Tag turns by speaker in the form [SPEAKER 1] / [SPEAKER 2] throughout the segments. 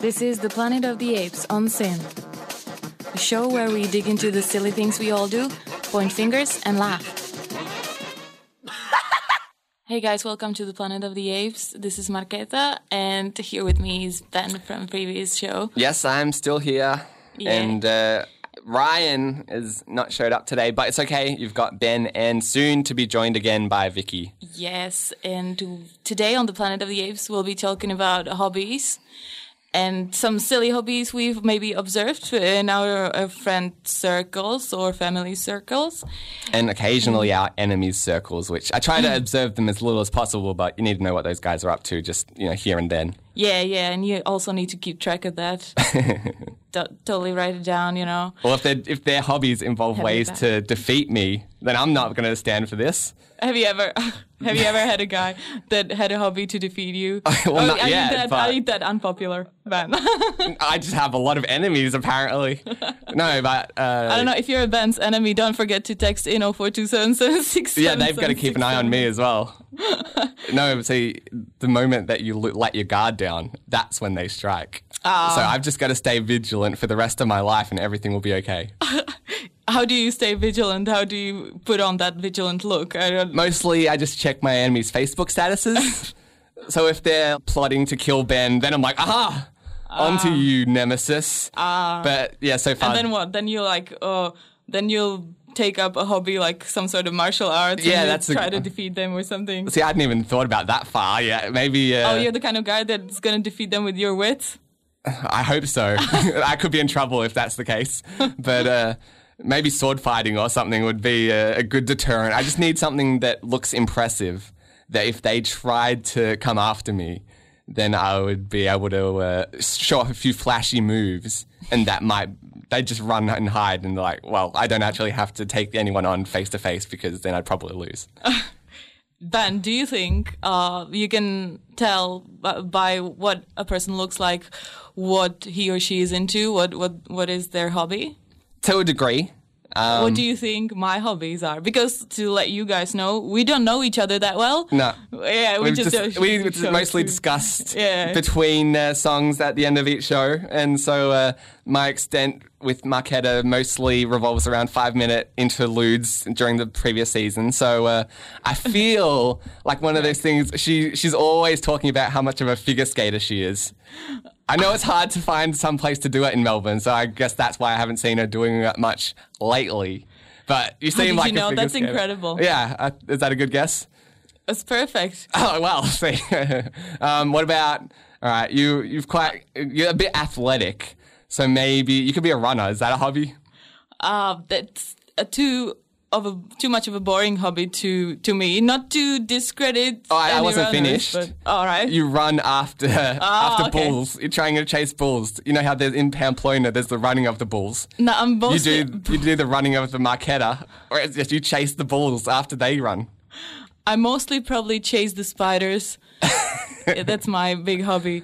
[SPEAKER 1] This is the Planet of the Apes on Sin, a show where we dig into the silly things we all do, point fingers, and laugh. hey guys, welcome to the Planet of the Apes. This is Marqueta, and here with me is Ben from previous show.
[SPEAKER 2] Yes, I'm still here.
[SPEAKER 1] Yeah.
[SPEAKER 2] And uh, Ryan is not showed up today, but it's okay. You've got Ben and soon to be joined again by Vicky.
[SPEAKER 1] Yes, and today on the Planet of the Apes, we'll be talking about hobbies and some silly hobbies we've maybe observed in our uh, friend circles or family circles.
[SPEAKER 2] And occasionally our enemies circles, which I try to observe them as little as possible, but you need to know what those guys are up to just, you know, here and then.
[SPEAKER 1] Yeah, yeah, and you also need to keep track of that. T- totally write it down, you know.
[SPEAKER 2] Well, if, their- if their hobbies involve
[SPEAKER 1] Have
[SPEAKER 2] ways
[SPEAKER 1] that.
[SPEAKER 2] to defeat me, then I'm not going to stand for this.
[SPEAKER 1] Have you ever have you ever had a guy that had a hobby to defeat you? Oh,
[SPEAKER 2] Well, not
[SPEAKER 1] I
[SPEAKER 2] yet,
[SPEAKER 1] Need that, I
[SPEAKER 2] but-
[SPEAKER 1] need that unpopular, Ben.
[SPEAKER 2] I just have a lot of enemies, apparently. no, but. Uh,
[SPEAKER 1] I don't know if you're a Ben's enemy. Don't forget to text in 042776.
[SPEAKER 2] Yeah, they've got to keep an eye on me as well. no, see, the moment that you lo- let your guard down, that's when they strike.
[SPEAKER 1] Ah.
[SPEAKER 2] So I've just got to stay vigilant for the rest of my life, and everything will be okay.
[SPEAKER 1] How do you stay vigilant? How do you put on that vigilant look? I don't.
[SPEAKER 2] Mostly, I just check my enemies' Facebook statuses. so if they're plotting to kill Ben, then I'm like, aha, onto you, nemesis. but yeah, so far,
[SPEAKER 1] Ah. And then what? Then you like, oh, then you'll take up a hobby like some sort of martial arts.
[SPEAKER 2] Yeah,
[SPEAKER 1] and
[SPEAKER 2] that's a-
[SPEAKER 1] try to defeat them or something.
[SPEAKER 2] see, I hadn't even thought about that far yet. Maybe uh,
[SPEAKER 1] Oh, you're the kind of guy that's gonna defeat them with your wits.
[SPEAKER 2] I hope so. I could be in trouble if that's the case. But uh, maybe sword fighting or something would be a, a good deterrent. I just need something that looks impressive. That if they tried to come after me, then I would be able to uh, show off a few flashy moves, and that might they just run and hide and like, well, I don't actually have to take anyone on face to face because then I'd probably lose.
[SPEAKER 1] Ben, do you think uh, you can tell b- by what a person looks like, what he or she is into, what what what is their hobby?
[SPEAKER 2] to a degree,
[SPEAKER 1] what
[SPEAKER 2] Um,
[SPEAKER 1] do you think my hobbies are? Because to let you guys know, we don't know each other that well.
[SPEAKER 2] No.
[SPEAKER 1] Yeah, we
[SPEAKER 2] We've
[SPEAKER 1] just,
[SPEAKER 2] just,
[SPEAKER 1] uh,
[SPEAKER 2] we
[SPEAKER 1] show
[SPEAKER 2] just
[SPEAKER 1] it
[SPEAKER 2] mostly
[SPEAKER 1] to-
[SPEAKER 2] discussed
[SPEAKER 1] Yeah.
[SPEAKER 2] between uh, songs at the end of each show, and so uh, my extent with Marquetta mostly revolves around five minute interludes during the previous season. So uh, I feel like one of those things. She she's always talking about how much of a figure skater she is. I know it's hard to find some place to do it in Melbourne, so I guess that's why I haven't seen her doing that much lately. But you seem
[SPEAKER 1] Oh, did you
[SPEAKER 2] like a
[SPEAKER 1] know?
[SPEAKER 2] figure
[SPEAKER 1] That's
[SPEAKER 2] skater.
[SPEAKER 1] incredible.
[SPEAKER 2] Yeah, uh, is that a good guess?
[SPEAKER 1] It's perfect.
[SPEAKER 2] Oh well, see. um, what about? All right, you you've quite you're a bit athletic, so maybe you could be a runner. Is that a hobby?
[SPEAKER 1] Uh, that's a too of a too much of a boring hobby to to me. Not to discredit.
[SPEAKER 2] Oh, I- I
[SPEAKER 1] any
[SPEAKER 2] wasn't
[SPEAKER 1] runners,
[SPEAKER 2] finished.
[SPEAKER 1] But, all right.
[SPEAKER 2] You run after after
[SPEAKER 1] Oh, okay.
[SPEAKER 2] bulls. You're trying to chase bulls. You know how there's in Pamplona, there's the running of the bulls.
[SPEAKER 1] no, I'm
[SPEAKER 2] You
[SPEAKER 1] mostly,
[SPEAKER 2] do you do the running of the Marquetta, or it's just you chase the bulls after they run.
[SPEAKER 1] I mostly probably chase the spiders. Yeah, That's my big hobby.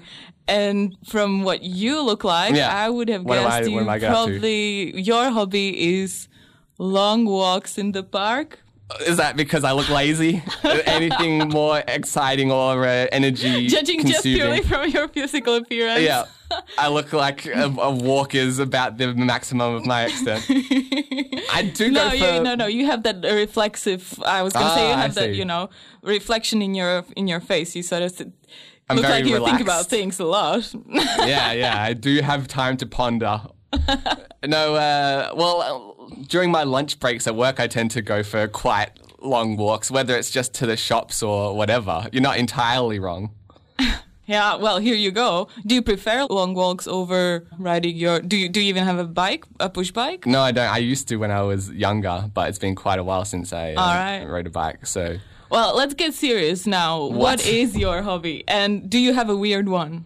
[SPEAKER 1] And from what you look like,
[SPEAKER 2] Yeah.
[SPEAKER 1] I would have
[SPEAKER 2] What am I-
[SPEAKER 1] guessed
[SPEAKER 2] what
[SPEAKER 1] you
[SPEAKER 2] am I gonna do?
[SPEAKER 1] probably your hobby is long walks in the park.
[SPEAKER 2] Is that because I look lazy? Anything more exciting or uh, energy?
[SPEAKER 1] Judging just
[SPEAKER 2] consuming?
[SPEAKER 1] purely from your physical appearance.
[SPEAKER 2] Yeah, I look like a, a walk is about the maximum of my extent. I do
[SPEAKER 1] No,
[SPEAKER 2] go for
[SPEAKER 1] you, no, no. You have that uh, reflexive. I was gonna say you
[SPEAKER 2] Ah, I
[SPEAKER 1] have that,
[SPEAKER 2] see.
[SPEAKER 1] you know, reflection in your in your face. You sort of sit-
[SPEAKER 2] I'm
[SPEAKER 1] look
[SPEAKER 2] very
[SPEAKER 1] like you think about
[SPEAKER 2] relaxed.
[SPEAKER 1] things a lot.
[SPEAKER 2] yeah, yeah. I do have time to ponder. no, uh, well, uh, during my lunch breaks at work, I tend to go for quite long walks, whether it's just to the shops or whatever. You're not entirely wrong.
[SPEAKER 1] yeah. Well, here you go. Do you prefer long walks over riding your? Do you do you even have a bike, a push bike?
[SPEAKER 2] No, I don't. I used to when I was younger, but it's been quite a while since I uh,
[SPEAKER 1] All right.
[SPEAKER 2] rode a bike. So
[SPEAKER 1] Well, let's get serious now. what
[SPEAKER 2] What?
[SPEAKER 1] is your hobby, and do you have a weird one?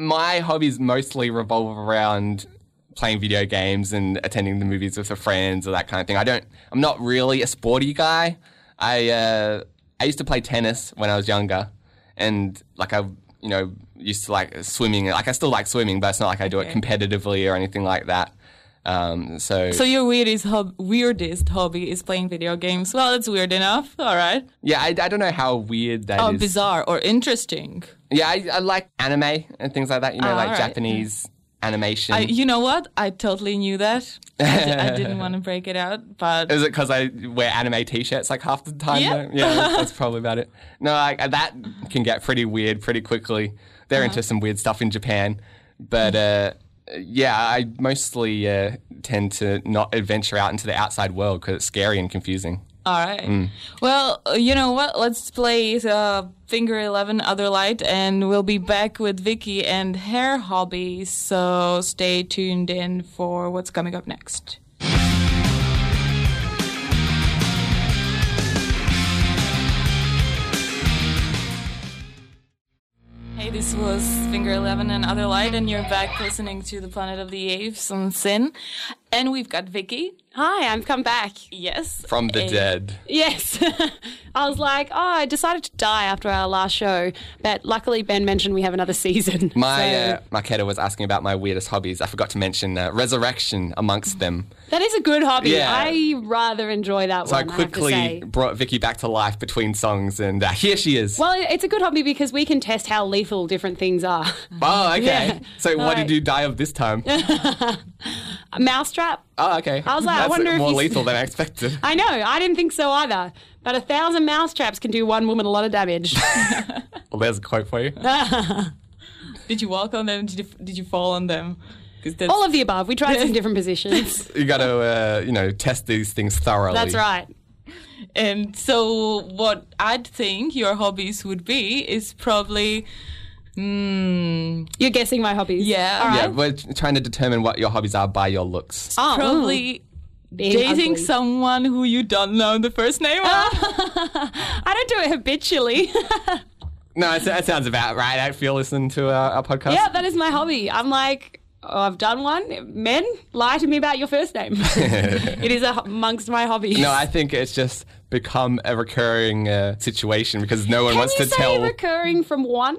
[SPEAKER 2] my hobbies mostly revolve around playing video games and attending the movies with the friends or that kind of thing. I don't. I'm not really a sporty guy. I uh, I used to play tennis when I was younger, and like I you know used to like swimming. Like I still like swimming, but it's not like I do it
[SPEAKER 1] Okay.
[SPEAKER 2] competitively or anything like that. Um, so,
[SPEAKER 1] So your weirdest hob- weirdest hobby is playing video games. Well, it's weird enough. All right.
[SPEAKER 2] yeah, I, I don't know how weird that is.
[SPEAKER 1] Or bizarre or interesting.
[SPEAKER 2] Yeah, I, I like anime and things like that. You know,
[SPEAKER 1] Ah,
[SPEAKER 2] like
[SPEAKER 1] alright.
[SPEAKER 2] Japanese animation.
[SPEAKER 1] I, you know what? I totally knew that. I, di- I didn't want to break it out, but
[SPEAKER 2] Is it because I wear anime t-shirts like half the time?
[SPEAKER 1] Yeah.
[SPEAKER 2] though? yeah that's, that's probably about it. No, like that can get pretty weird pretty quickly. They're into some weird stuff in Japan, but uh, yeah, I mostly uh, tend to not adventure out into the outside world because it's scary and confusing.
[SPEAKER 1] all right. Well, uh, you know what? Let's play uh, Finger Eleven, Other Light, and we'll be back with Vicky and her hobbies. So stay tuned in for what's coming up next. Hey, this was Finger Eleven and Other Light, and you're back listening to the Planet of the Apes on Sin, and we've got Vicky.
[SPEAKER 3] Hi, I've come back.
[SPEAKER 1] Yes.
[SPEAKER 2] From the
[SPEAKER 1] a-
[SPEAKER 2] dead.
[SPEAKER 3] Yes. I was like, oh, I decided to die after our last show, but luckily Ben mentioned we have another season.
[SPEAKER 2] My
[SPEAKER 3] So
[SPEAKER 2] uh, Marquetta was asking about my weirdest hobbies. I forgot to mention uh, resurrection amongst them.
[SPEAKER 3] that is a good hobby.
[SPEAKER 2] Yeah.
[SPEAKER 3] I rather enjoy that
[SPEAKER 2] So I
[SPEAKER 3] one. I have to
[SPEAKER 2] quickly
[SPEAKER 3] say.
[SPEAKER 2] brought Vicky back to life between songs, and uh, here she is.
[SPEAKER 3] Well, it- it's a good hobby because we can test how lethal different things are.
[SPEAKER 2] Oh, okay.
[SPEAKER 3] Yeah.
[SPEAKER 2] So what
[SPEAKER 3] Like-
[SPEAKER 2] did you die of this time?
[SPEAKER 3] A Mousetrap.
[SPEAKER 2] Oh, okay. I
[SPEAKER 3] was like, I
[SPEAKER 2] That's
[SPEAKER 3] wonder if
[SPEAKER 2] more
[SPEAKER 3] you-
[SPEAKER 2] lethal than I expected.
[SPEAKER 3] I know. I didn't think so either. But a thousand mousetraps can do one woman a lot of damage.
[SPEAKER 2] Well, there's a quote for you.
[SPEAKER 1] Did you walk on them? Did you, did you fall on them? 'Cause that's-
[SPEAKER 3] All of the above. We tried some different positions.
[SPEAKER 2] You got to, uh, you know, test these things thoroughly.
[SPEAKER 3] That's right.
[SPEAKER 1] and um, so, what I'd think your hobbies would be is probably, mm,
[SPEAKER 3] You're guessing my hobbies.
[SPEAKER 1] Yeah.
[SPEAKER 3] All right.
[SPEAKER 2] Yeah, we're trying to determine what your hobbies are by your looks.
[SPEAKER 3] Oh,
[SPEAKER 1] probably
[SPEAKER 3] ooh, being
[SPEAKER 1] dating
[SPEAKER 3] ugly. Ah.
[SPEAKER 1] someone who you don't know the first name of.
[SPEAKER 3] I don't do it habitually.
[SPEAKER 2] No, it, that sounds about right. I feel listening to uh, our, our podcast.
[SPEAKER 3] yeah, that is my hobby. I'm like, oh, I've done one. Men, lie to me about your first name. it is a, amongst my hobbies.
[SPEAKER 2] No, I think it's just become a recurring uh, situation because no one
[SPEAKER 3] Can
[SPEAKER 2] wants
[SPEAKER 3] you
[SPEAKER 2] to
[SPEAKER 3] say
[SPEAKER 2] tell.
[SPEAKER 3] recurring from one?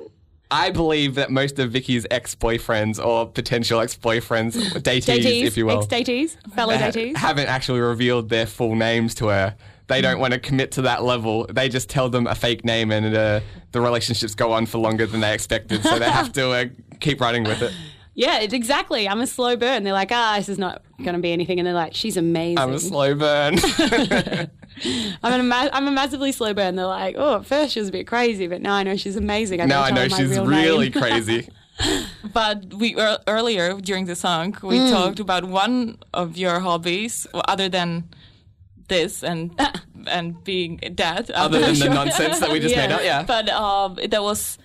[SPEAKER 2] I believe that most of Vicky's ex-boyfriends or potential ex-boyfriends, datees,
[SPEAKER 3] Datees,
[SPEAKER 2] if you will, Uh,
[SPEAKER 3] ex-datees, fellow
[SPEAKER 2] ha-
[SPEAKER 3] datees.
[SPEAKER 2] haven't actually revealed their full names to her. They
[SPEAKER 3] Hmm.
[SPEAKER 2] don't want to commit to that level. They just tell them a fake name, and uh, the relationships go on for longer than they expected. So they have to uh, keep running with it.
[SPEAKER 3] yeah, it's exactly. I'm a slow burn. They're like, ah, this is not going to be anything. And they're like, she's amazing.
[SPEAKER 2] I'm a slow burn.
[SPEAKER 3] I'm, a ma- I'm a massively slow burn. They're like, oh, at first she was a bit crazy, but now I know she's amazing. I
[SPEAKER 2] now I
[SPEAKER 3] can tell
[SPEAKER 2] know
[SPEAKER 3] her my
[SPEAKER 2] she's
[SPEAKER 3] real
[SPEAKER 2] really
[SPEAKER 3] name.
[SPEAKER 2] crazy.
[SPEAKER 1] But we ear earlier during the song we
[SPEAKER 3] Mm.
[SPEAKER 1] talked about one of your hobbies, well, other than this and
[SPEAKER 3] Ah.
[SPEAKER 1] and being dead.
[SPEAKER 2] Other than the nonsense that we just
[SPEAKER 3] Yeah.
[SPEAKER 2] made up, yeah.
[SPEAKER 1] But um, that was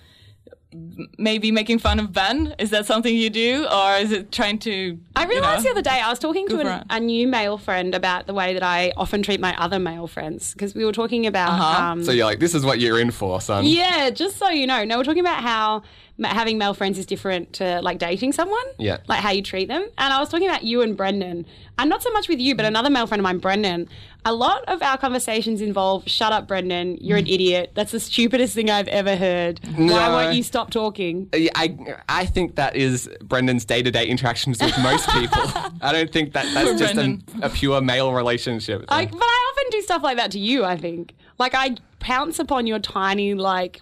[SPEAKER 1] maybe making fun of Ben. Is that something you do, or is it trying to?
[SPEAKER 3] I realized
[SPEAKER 1] you
[SPEAKER 3] the other day I was talking to
[SPEAKER 1] Good
[SPEAKER 3] an,
[SPEAKER 1] rant.
[SPEAKER 3] a new male friend about the way that I often treat my other male friends because we were talking about
[SPEAKER 1] Uh-huh.
[SPEAKER 3] um,
[SPEAKER 2] So you're like, this is what you're in for, son.
[SPEAKER 3] Yeah, just so you know. No, we're talking about how ma- having male friends is different to like dating someone.
[SPEAKER 2] Yeah.
[SPEAKER 3] Like how you treat them. And I was talking about you and Brendan. And not so much with you, but another male friend of mine, Brendan. A lot of our conversations involve shut up, Brendan. You're an idiot. That's the stupidest thing I've ever heard. Why
[SPEAKER 2] No.
[SPEAKER 3] won't you stop talking?
[SPEAKER 2] Yeah, I I think that is Brendan's day to day interactions with most people. I don't think that that's just a,
[SPEAKER 1] Brendan.
[SPEAKER 2] a pure male relationship.
[SPEAKER 3] Like, but I often do stuff like that to you, I think. Like, I pounce upon your tiny, like,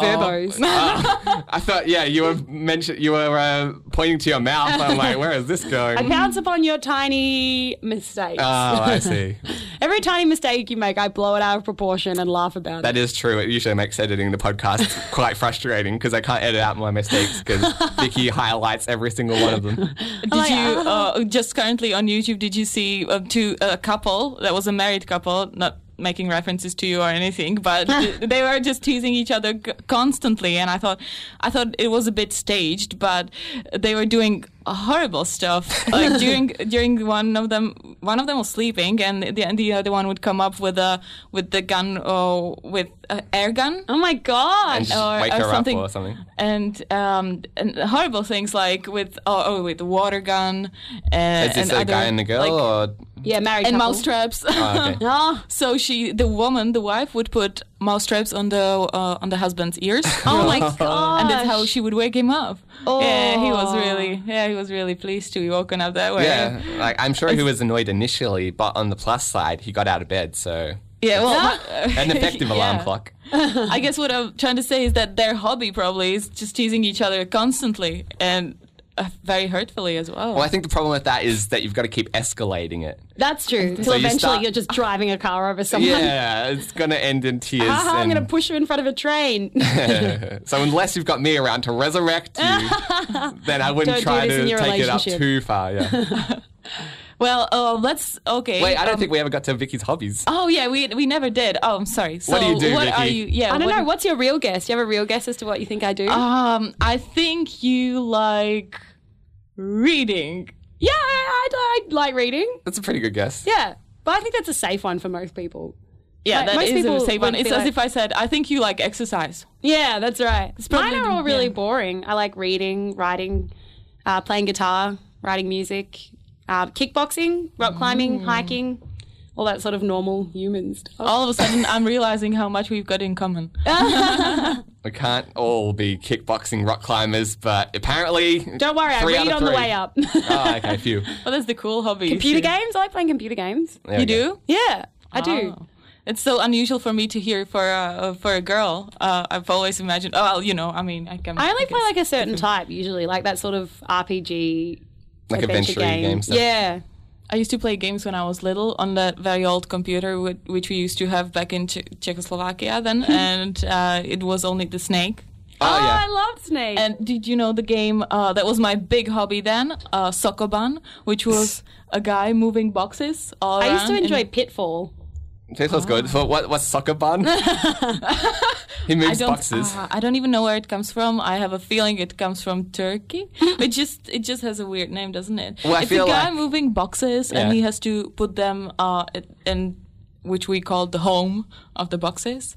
[SPEAKER 3] verbos.
[SPEAKER 2] I thought, yeah, you were mention you were uh, pointing to your mouth. I'm like, where is this
[SPEAKER 3] I
[SPEAKER 2] going?
[SPEAKER 3] pounce upon your tiny mistakes.
[SPEAKER 2] Oh, I see.
[SPEAKER 3] Every tiny mistake you make, I blow it out of proportion and laugh about
[SPEAKER 2] That
[SPEAKER 3] it.
[SPEAKER 2] is true. It usually makes editing the podcast quite frustrating because I can't edit out my mistakes because Vicky highlights every single one of them.
[SPEAKER 1] Did
[SPEAKER 3] Like,
[SPEAKER 1] you uh, just currently on YouTube? Did you see uh, two a couple that was a married couple? Not making references to you or anything, but they were just teasing each other c- constantly. And I thought, I thought it was a bit staged, but they were doing horrible stuff. Like during during one of them, one of them was sleeping, and the and the other one would come up with a with the gun or with a air gun
[SPEAKER 3] Oh my
[SPEAKER 2] And
[SPEAKER 3] gosh.
[SPEAKER 2] just
[SPEAKER 1] Or-
[SPEAKER 2] wake
[SPEAKER 1] or
[SPEAKER 2] her
[SPEAKER 1] something.
[SPEAKER 2] up or something.
[SPEAKER 1] and um and horrible things like with oh, oh with the water gun. Uh,
[SPEAKER 2] Is this
[SPEAKER 1] and
[SPEAKER 2] a
[SPEAKER 1] other,
[SPEAKER 2] guy and a girl
[SPEAKER 1] like-
[SPEAKER 2] or
[SPEAKER 3] Yeah, married
[SPEAKER 1] and
[SPEAKER 3] couple.
[SPEAKER 1] mousetraps.
[SPEAKER 2] Oh, okay.
[SPEAKER 3] Ah,
[SPEAKER 1] So she, the woman, the wife, would put mousetraps on the uh, on the husband's ears.
[SPEAKER 3] oh my god!
[SPEAKER 1] And that's how she would wake him up. Yeah, he was
[SPEAKER 3] Oh.
[SPEAKER 1] really, yeah, he was really pleased to be woken up that way.
[SPEAKER 2] Yeah, like I'm sure he was annoyed initially, but on the plus side, he got out of bed, so
[SPEAKER 1] yeah. Well,
[SPEAKER 2] an effective alarm
[SPEAKER 1] Yeah.
[SPEAKER 2] clock.
[SPEAKER 1] I guess what I'm trying to say is that their hobby probably is just teasing each other constantly and uh, very hurtfully as well.
[SPEAKER 2] Well, I think the problem with that is that you've got to keep escalating it.
[SPEAKER 3] That's true. Till
[SPEAKER 2] you
[SPEAKER 3] eventually
[SPEAKER 2] start-
[SPEAKER 3] you're just driving a car over someone.
[SPEAKER 2] Yeah, it's gonna end in tears.
[SPEAKER 3] Haha, Ah, I'm
[SPEAKER 2] and-
[SPEAKER 3] going to push you in front of a train.
[SPEAKER 2] so unless you've got me around to resurrect you, then I wouldn't
[SPEAKER 3] Don't do
[SPEAKER 2] try
[SPEAKER 3] this
[SPEAKER 2] to
[SPEAKER 3] in your
[SPEAKER 2] take it up
[SPEAKER 3] relationship.
[SPEAKER 2] too far. Yeah.
[SPEAKER 1] Well, uh, let's okay.
[SPEAKER 2] Wait, I don't
[SPEAKER 1] um,
[SPEAKER 2] think we ever got to Vicky's hobbies.
[SPEAKER 1] Oh yeah, we we never did. Oh, I'm sorry. So
[SPEAKER 2] What do you do,
[SPEAKER 1] what
[SPEAKER 2] Vicky?
[SPEAKER 1] are you? Yeah,
[SPEAKER 3] I don't
[SPEAKER 1] what-
[SPEAKER 3] know. What's your real guess? Do you have a real guess as to what you think I do?
[SPEAKER 2] Oh.
[SPEAKER 1] Um, I think you like reading.
[SPEAKER 3] yeah, I, I, I like reading.
[SPEAKER 2] That's a pretty good guess.
[SPEAKER 3] Yeah. But I think that's a safe one for most people.
[SPEAKER 1] Yeah,
[SPEAKER 3] Like,
[SPEAKER 1] that
[SPEAKER 3] most
[SPEAKER 1] is
[SPEAKER 3] people
[SPEAKER 1] a safe one.
[SPEAKER 3] would
[SPEAKER 1] It's
[SPEAKER 3] be
[SPEAKER 1] as
[SPEAKER 3] like-
[SPEAKER 1] if I said, I think you like exercise.
[SPEAKER 3] Yeah, that's right.
[SPEAKER 1] probably
[SPEAKER 3] Mine are
[SPEAKER 1] the-
[SPEAKER 3] all really
[SPEAKER 1] yeah.
[SPEAKER 3] boring. I like reading, writing, uh, playing guitar, writing music, uh, kickboxing, rock climbing, hiking, all that sort of normal human stuff.
[SPEAKER 1] All of a sudden, I'm realizing how much we've got in common.
[SPEAKER 3] Oh.
[SPEAKER 2] We can't all be kickboxing rock climbers, but apparently.
[SPEAKER 3] Don't worry, I
[SPEAKER 2] three out
[SPEAKER 3] read
[SPEAKER 2] of
[SPEAKER 3] on the
[SPEAKER 2] three.
[SPEAKER 3] way up.
[SPEAKER 2] oh, okay, phew.
[SPEAKER 1] Well, that's the cool hobby.
[SPEAKER 3] computer games? I like playing computer games. Ah,
[SPEAKER 2] There we
[SPEAKER 1] You
[SPEAKER 2] go.
[SPEAKER 1] do?
[SPEAKER 3] Yeah, I do.
[SPEAKER 1] Oh. It's so unusual for me to hear for uh, for a girl. Uh, I've always imagined. Oh, well, you know, I mean, I can.
[SPEAKER 3] I only
[SPEAKER 1] guess.
[SPEAKER 3] play like a certain type usually, like that sort of RPG
[SPEAKER 2] Like
[SPEAKER 3] adventure
[SPEAKER 2] adventure
[SPEAKER 3] game.
[SPEAKER 2] game stuff.
[SPEAKER 3] Yeah.
[SPEAKER 1] I used to play games when I was little on that very old computer whi- which we used to have back in che- Czechoslovakia then, and uh, it was only the snake.
[SPEAKER 2] Oh, yeah.
[SPEAKER 3] I loved Snake.
[SPEAKER 1] And did you know the game uh, that was my big hobby then, uh, Sokoban, which was a guy moving boxes all
[SPEAKER 3] I used to
[SPEAKER 1] around
[SPEAKER 3] enjoy
[SPEAKER 1] and-
[SPEAKER 3] Pitfall.
[SPEAKER 2] This was good. So what, what's soccer bun? he
[SPEAKER 1] I
[SPEAKER 2] moves
[SPEAKER 1] don't,
[SPEAKER 2] boxes.
[SPEAKER 3] uh-huh.
[SPEAKER 1] ah, I don't even know where it comes from. I have a feeling it comes from Turkey. it just it just has a weird name, doesn't it?
[SPEAKER 2] Well, I
[SPEAKER 1] it's
[SPEAKER 2] feel
[SPEAKER 1] a guy
[SPEAKER 2] like-
[SPEAKER 1] moving boxes,
[SPEAKER 2] Yeah.
[SPEAKER 1] and he has to put them uh, it- in which we call the home of the boxes.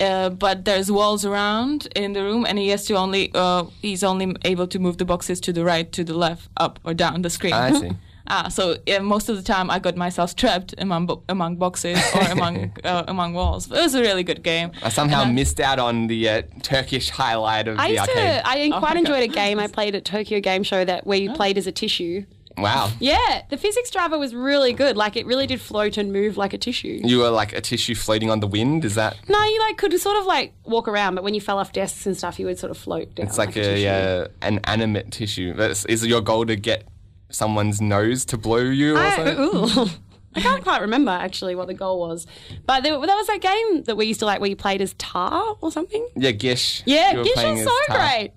[SPEAKER 1] Uh, but there's walls around in the room, and he has to only uh, he's only able to move the boxes to the right, to the left, up or down the screen.
[SPEAKER 2] I see.
[SPEAKER 1] Ah, so yeah, most of the time I got myself trapped among bo- among boxes or among uh, among walls. But it was a really good game.
[SPEAKER 2] I somehow
[SPEAKER 1] And I-
[SPEAKER 2] missed out on the uh, Turkish highlight of
[SPEAKER 3] I
[SPEAKER 2] the
[SPEAKER 3] used
[SPEAKER 2] arcade.
[SPEAKER 3] to. I
[SPEAKER 1] Oh
[SPEAKER 3] quite
[SPEAKER 1] my
[SPEAKER 3] enjoyed a game I played at Tokyo Game Show that where you played as a tissue.
[SPEAKER 2] Wow.
[SPEAKER 3] Yeah, the physics driver was really good. Like it really did float and move like a tissue.
[SPEAKER 2] You were like a tissue floating on the wind. Is that?
[SPEAKER 3] No, you like could sort of like walk around, but when you fell off desks and stuff, you would sort of float down.
[SPEAKER 2] It's like,
[SPEAKER 3] tissue.
[SPEAKER 2] a, uh, an animate tissue. That's, is your goal to get someone's nose to blow you or
[SPEAKER 3] I,
[SPEAKER 2] something?
[SPEAKER 3] ooh. I can't quite remember actually what the goal was, but there, there was that game that we used to like where you played as Tar or something.
[SPEAKER 2] Yeah, Gish.
[SPEAKER 3] Yeah,
[SPEAKER 2] You were
[SPEAKER 3] Gish
[SPEAKER 2] playing
[SPEAKER 3] was
[SPEAKER 2] as
[SPEAKER 3] so
[SPEAKER 2] Tar.
[SPEAKER 3] great.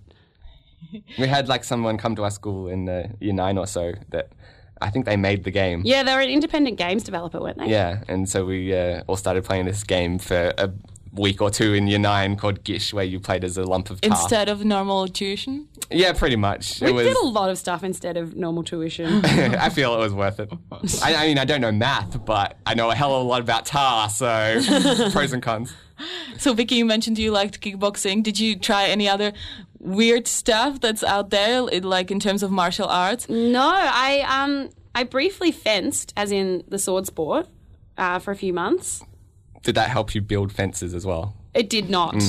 [SPEAKER 2] We had like someone come to our school in uh, year nine or so that I think they made the game.
[SPEAKER 3] Yeah, they were an independent games developer, weren't they?
[SPEAKER 2] Yeah, and so we uh, all started playing this game for a week or two in year nine called Gish, where you played as a lump of tar.
[SPEAKER 1] instead of normal tuition.
[SPEAKER 2] yeah, pretty much.
[SPEAKER 3] We
[SPEAKER 2] it was.
[SPEAKER 3] did a lot of stuff instead of normal tuition.
[SPEAKER 2] I feel it was worth it. I, I mean, I don't know math, but I know a hell of a lot about tar, so pros and cons.
[SPEAKER 1] So Vicky, you mentioned you liked kickboxing. Did you try any other weird stuff that's out there, it- like in terms of martial arts?
[SPEAKER 3] No, I um I briefly fenced, as in the sword sport, uh, for a few months.
[SPEAKER 2] Did that help you build fences as well?
[SPEAKER 3] It did not.